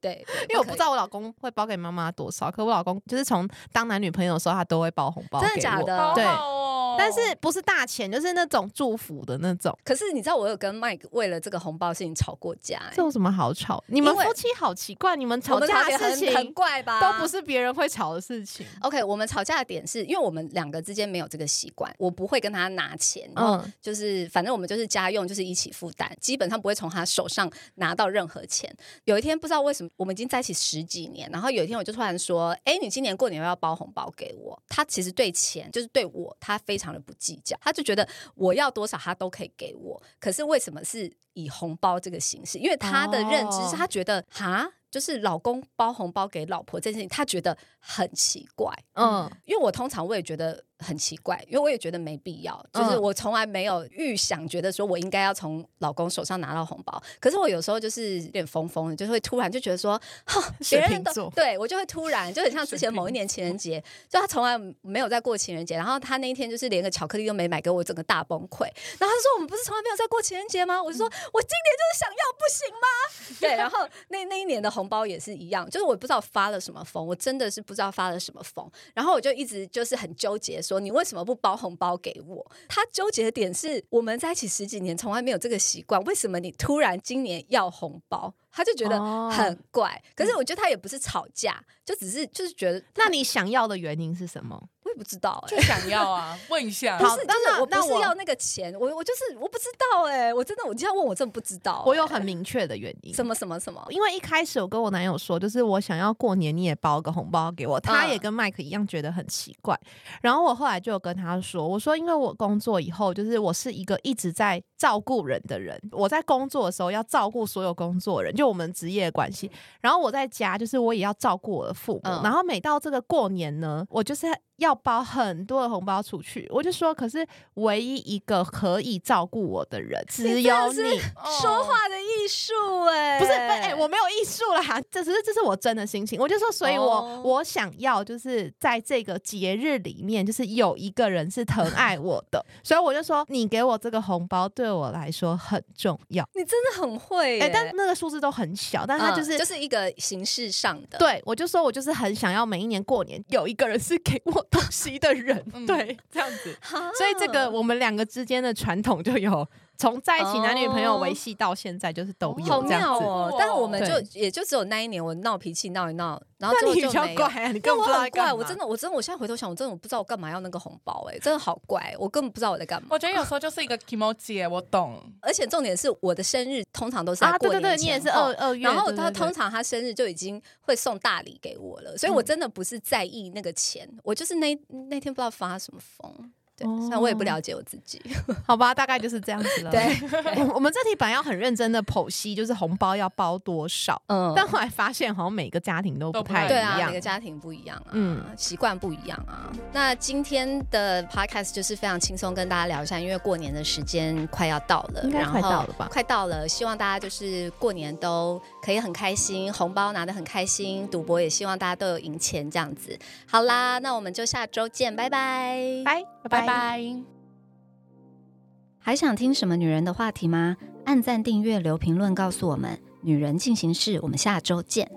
Speaker 1: 对，对
Speaker 3: <laughs> 因为我不知。道我老公会包给妈妈多少。可我老公就是从当男女朋友的时候，他都会包红包
Speaker 1: 可以
Speaker 3: 给
Speaker 1: 真的
Speaker 3: 我，
Speaker 1: 假的？
Speaker 2: 好
Speaker 3: 对
Speaker 2: 好哦
Speaker 3: 但是不是大钱，就是那种祝福的那种。
Speaker 1: 可是你知道，我有跟 Mike 为了这个红包事情吵过架、欸
Speaker 3: 这，有什么好吵？你们
Speaker 1: 因为
Speaker 3: 夫妻好奇怪，你们
Speaker 1: 我
Speaker 3: 吵
Speaker 1: 们
Speaker 3: 架
Speaker 1: 吵
Speaker 3: 的
Speaker 1: 得
Speaker 3: 事
Speaker 1: 很很
Speaker 3: 情
Speaker 1: 怪吧？
Speaker 3: 都不是别人会吵的事情。
Speaker 1: OK，我们吵架的点是因为我们两个之间没有这个习惯，我不会跟他拿钱，然后
Speaker 3: 嗯
Speaker 1: 就是反正我们就是家用，就是一起负担，基本上不会从他手上拿到任何钱。有一天不知道为什么，我们已经在一起十几年，然后有一天我就突然说：“哎、你今年过年要不要包红包给我？”他其实对钱，就是对我，他非常的不计较，他就觉得我要多少他都可以给我。可是为什么是以红包这个形式？因为他的认知
Speaker 3: 哦
Speaker 1: 是他觉得哈。就是老公包红包给老婆这件事情，他觉得很奇怪。
Speaker 3: 嗯，
Speaker 1: 因为我通常我也觉得很奇怪，因为我也觉得没必要，就是
Speaker 3: 嗯
Speaker 1: 我从来没有预想觉得说我应该要从老公手上拿到红包，可是我有时候就是有点疯疯的，就会突然就觉得说，哈，别
Speaker 3: 水
Speaker 1: 人
Speaker 3: 瓶
Speaker 1: 都
Speaker 3: 座
Speaker 1: 对我就会突然就很像之前某一年情人节，就他从来没有在过情人节，然后他那一天就是连个巧克力都没买给我，整个大崩溃，然后他说我们不是从来没有在过情人节吗？我就说我今年就是想要，不行吗？
Speaker 3: <laughs>
Speaker 1: 对，然后那那一年的红包也是一样，就是我不知道发了什么疯，我真的是不知道发了什么疯。然后我就一直就是很纠结，说你为什么不包红包给我？他纠结的点是我们在一起十几年，从来没有这个习惯，为什么你突然今年要红包？他就觉得
Speaker 3: 哦嗯
Speaker 1: 很怪。可是我觉得他也不是吵架，就只是就是觉得啊
Speaker 3: 那你想要的原因是什么？
Speaker 1: 我也不知道哎、
Speaker 2: 就想要
Speaker 3: <laughs>
Speaker 2: 啊，问一下，
Speaker 1: 不
Speaker 3: 好
Speaker 1: 是，就
Speaker 3: 那
Speaker 1: 是
Speaker 3: 那
Speaker 1: 我不
Speaker 3: 那
Speaker 1: 是
Speaker 3: 我
Speaker 1: 要那个钱，我我就是我不知道哎、我真的我这样问我真的不知道、欸
Speaker 3: 我有很明确的原因。
Speaker 1: 什么什么什么，
Speaker 3: 因为一开始我跟我男友说，就是我想要过年你也包个红包给我，他
Speaker 1: 嗯
Speaker 3: 也跟麦克一样觉得很奇怪。然后我后来就有跟他说，我说因为我工作以后，就是我是一个一直在照顾人的人，我在工作的时候要照顾所有工作人，就我们职业的关系。然后我在家就是我也要照顾我的父母，
Speaker 1: 嗯
Speaker 3: 然后每到这个过年呢，我就是。要包很多的红包出去，我就说，可是唯一一个可以照顾我的人只有
Speaker 1: 是
Speaker 3: 你，
Speaker 2: 哦
Speaker 1: 说话的艺术哎，
Speaker 3: 不是，哎、我没有艺术啦，这只是这是我真的心情。我就说，所以我、
Speaker 1: 哦
Speaker 3: 我想要就是在这个节日里面，就是有一个人是疼爱我
Speaker 1: <laughs>
Speaker 3: 的，所以我就说，你给我这个红包对我来说很重要。
Speaker 1: 你真的很会耶、
Speaker 3: 哎、但那个数字都很小，但它就是、
Speaker 1: 嗯就是一个形式上的，
Speaker 3: 对我就说，我就是很想要每一年过年有一个人是给我东西的人，
Speaker 2: 嗯
Speaker 3: 对，这样子。
Speaker 1: 哈，
Speaker 3: 所以这个我们两个之间的传统就有从在一起男女朋友维系到现在，就是都
Speaker 1: 哦好
Speaker 3: 有这样
Speaker 1: 妙
Speaker 3: 子。
Speaker 1: 哦
Speaker 2: 哇！
Speaker 1: 但我们就
Speaker 3: 对
Speaker 1: 也就只有那一年，我闹脾气闹一闹，然后
Speaker 3: 那
Speaker 1: 之后
Speaker 3: 你比
Speaker 1: 就
Speaker 3: 较
Speaker 1: 没有
Speaker 3: 怪。啊，你
Speaker 1: 但
Speaker 3: 根
Speaker 1: 我
Speaker 3: 本不知道
Speaker 1: 很
Speaker 3: 在干
Speaker 1: 怪，
Speaker 3: 嘛
Speaker 1: 我真的，我真的，我现在回头想，我真的我不知道我干嘛要那个红包、哎，真的好怪，我根本不知道我在干嘛
Speaker 2: 我。觉得有时候就是一个 emoji，我懂。
Speaker 1: 而且重点是，我的生日通常都是在
Speaker 3: 啊，对
Speaker 1: 过
Speaker 3: 对
Speaker 1: 年
Speaker 3: 对，
Speaker 1: 前
Speaker 3: 你也是
Speaker 1: 后
Speaker 3: 二二月，
Speaker 1: 然后
Speaker 3: 对
Speaker 1: 他
Speaker 3: 对对
Speaker 1: 通常他生日就已经会送大礼给我了，
Speaker 3: 嗯
Speaker 1: 所以我真的不是在意那个钱，我就是那那天不知道发什么疯，对，
Speaker 3: 哦
Speaker 1: 虽然我也不了解我自己，
Speaker 3: 好吧，大概就是这样子了。
Speaker 1: 对，
Speaker 3: <laughs> 我我们这题本来要很认真的剖析，就是红包要包多少，
Speaker 1: 嗯，
Speaker 3: 但后来发现好像每个家庭都不
Speaker 2: 都不
Speaker 3: 太
Speaker 2: 太
Speaker 3: 一
Speaker 1: 对啊，
Speaker 3: 样
Speaker 1: 每个。家庭不一样啊，
Speaker 3: 嗯
Speaker 1: 习惯不一样啊。那今天的 podcast 就是非常轻松跟大家聊一下，因为过年的时间快要到了，
Speaker 3: 应该
Speaker 1: 然后
Speaker 3: 快到了吧
Speaker 1: 快到了，希望大家就是过年都可以很开心，红包拿得很开心，赌博也希望大家都有赢钱这样子。好啦，那我们就下周见，拜拜，
Speaker 3: 拜
Speaker 2: 拜。拜。
Speaker 1: 还想听什么女人的话题吗？按赞、订阅、留评论，告诉我们。女人进行式，我们下周见。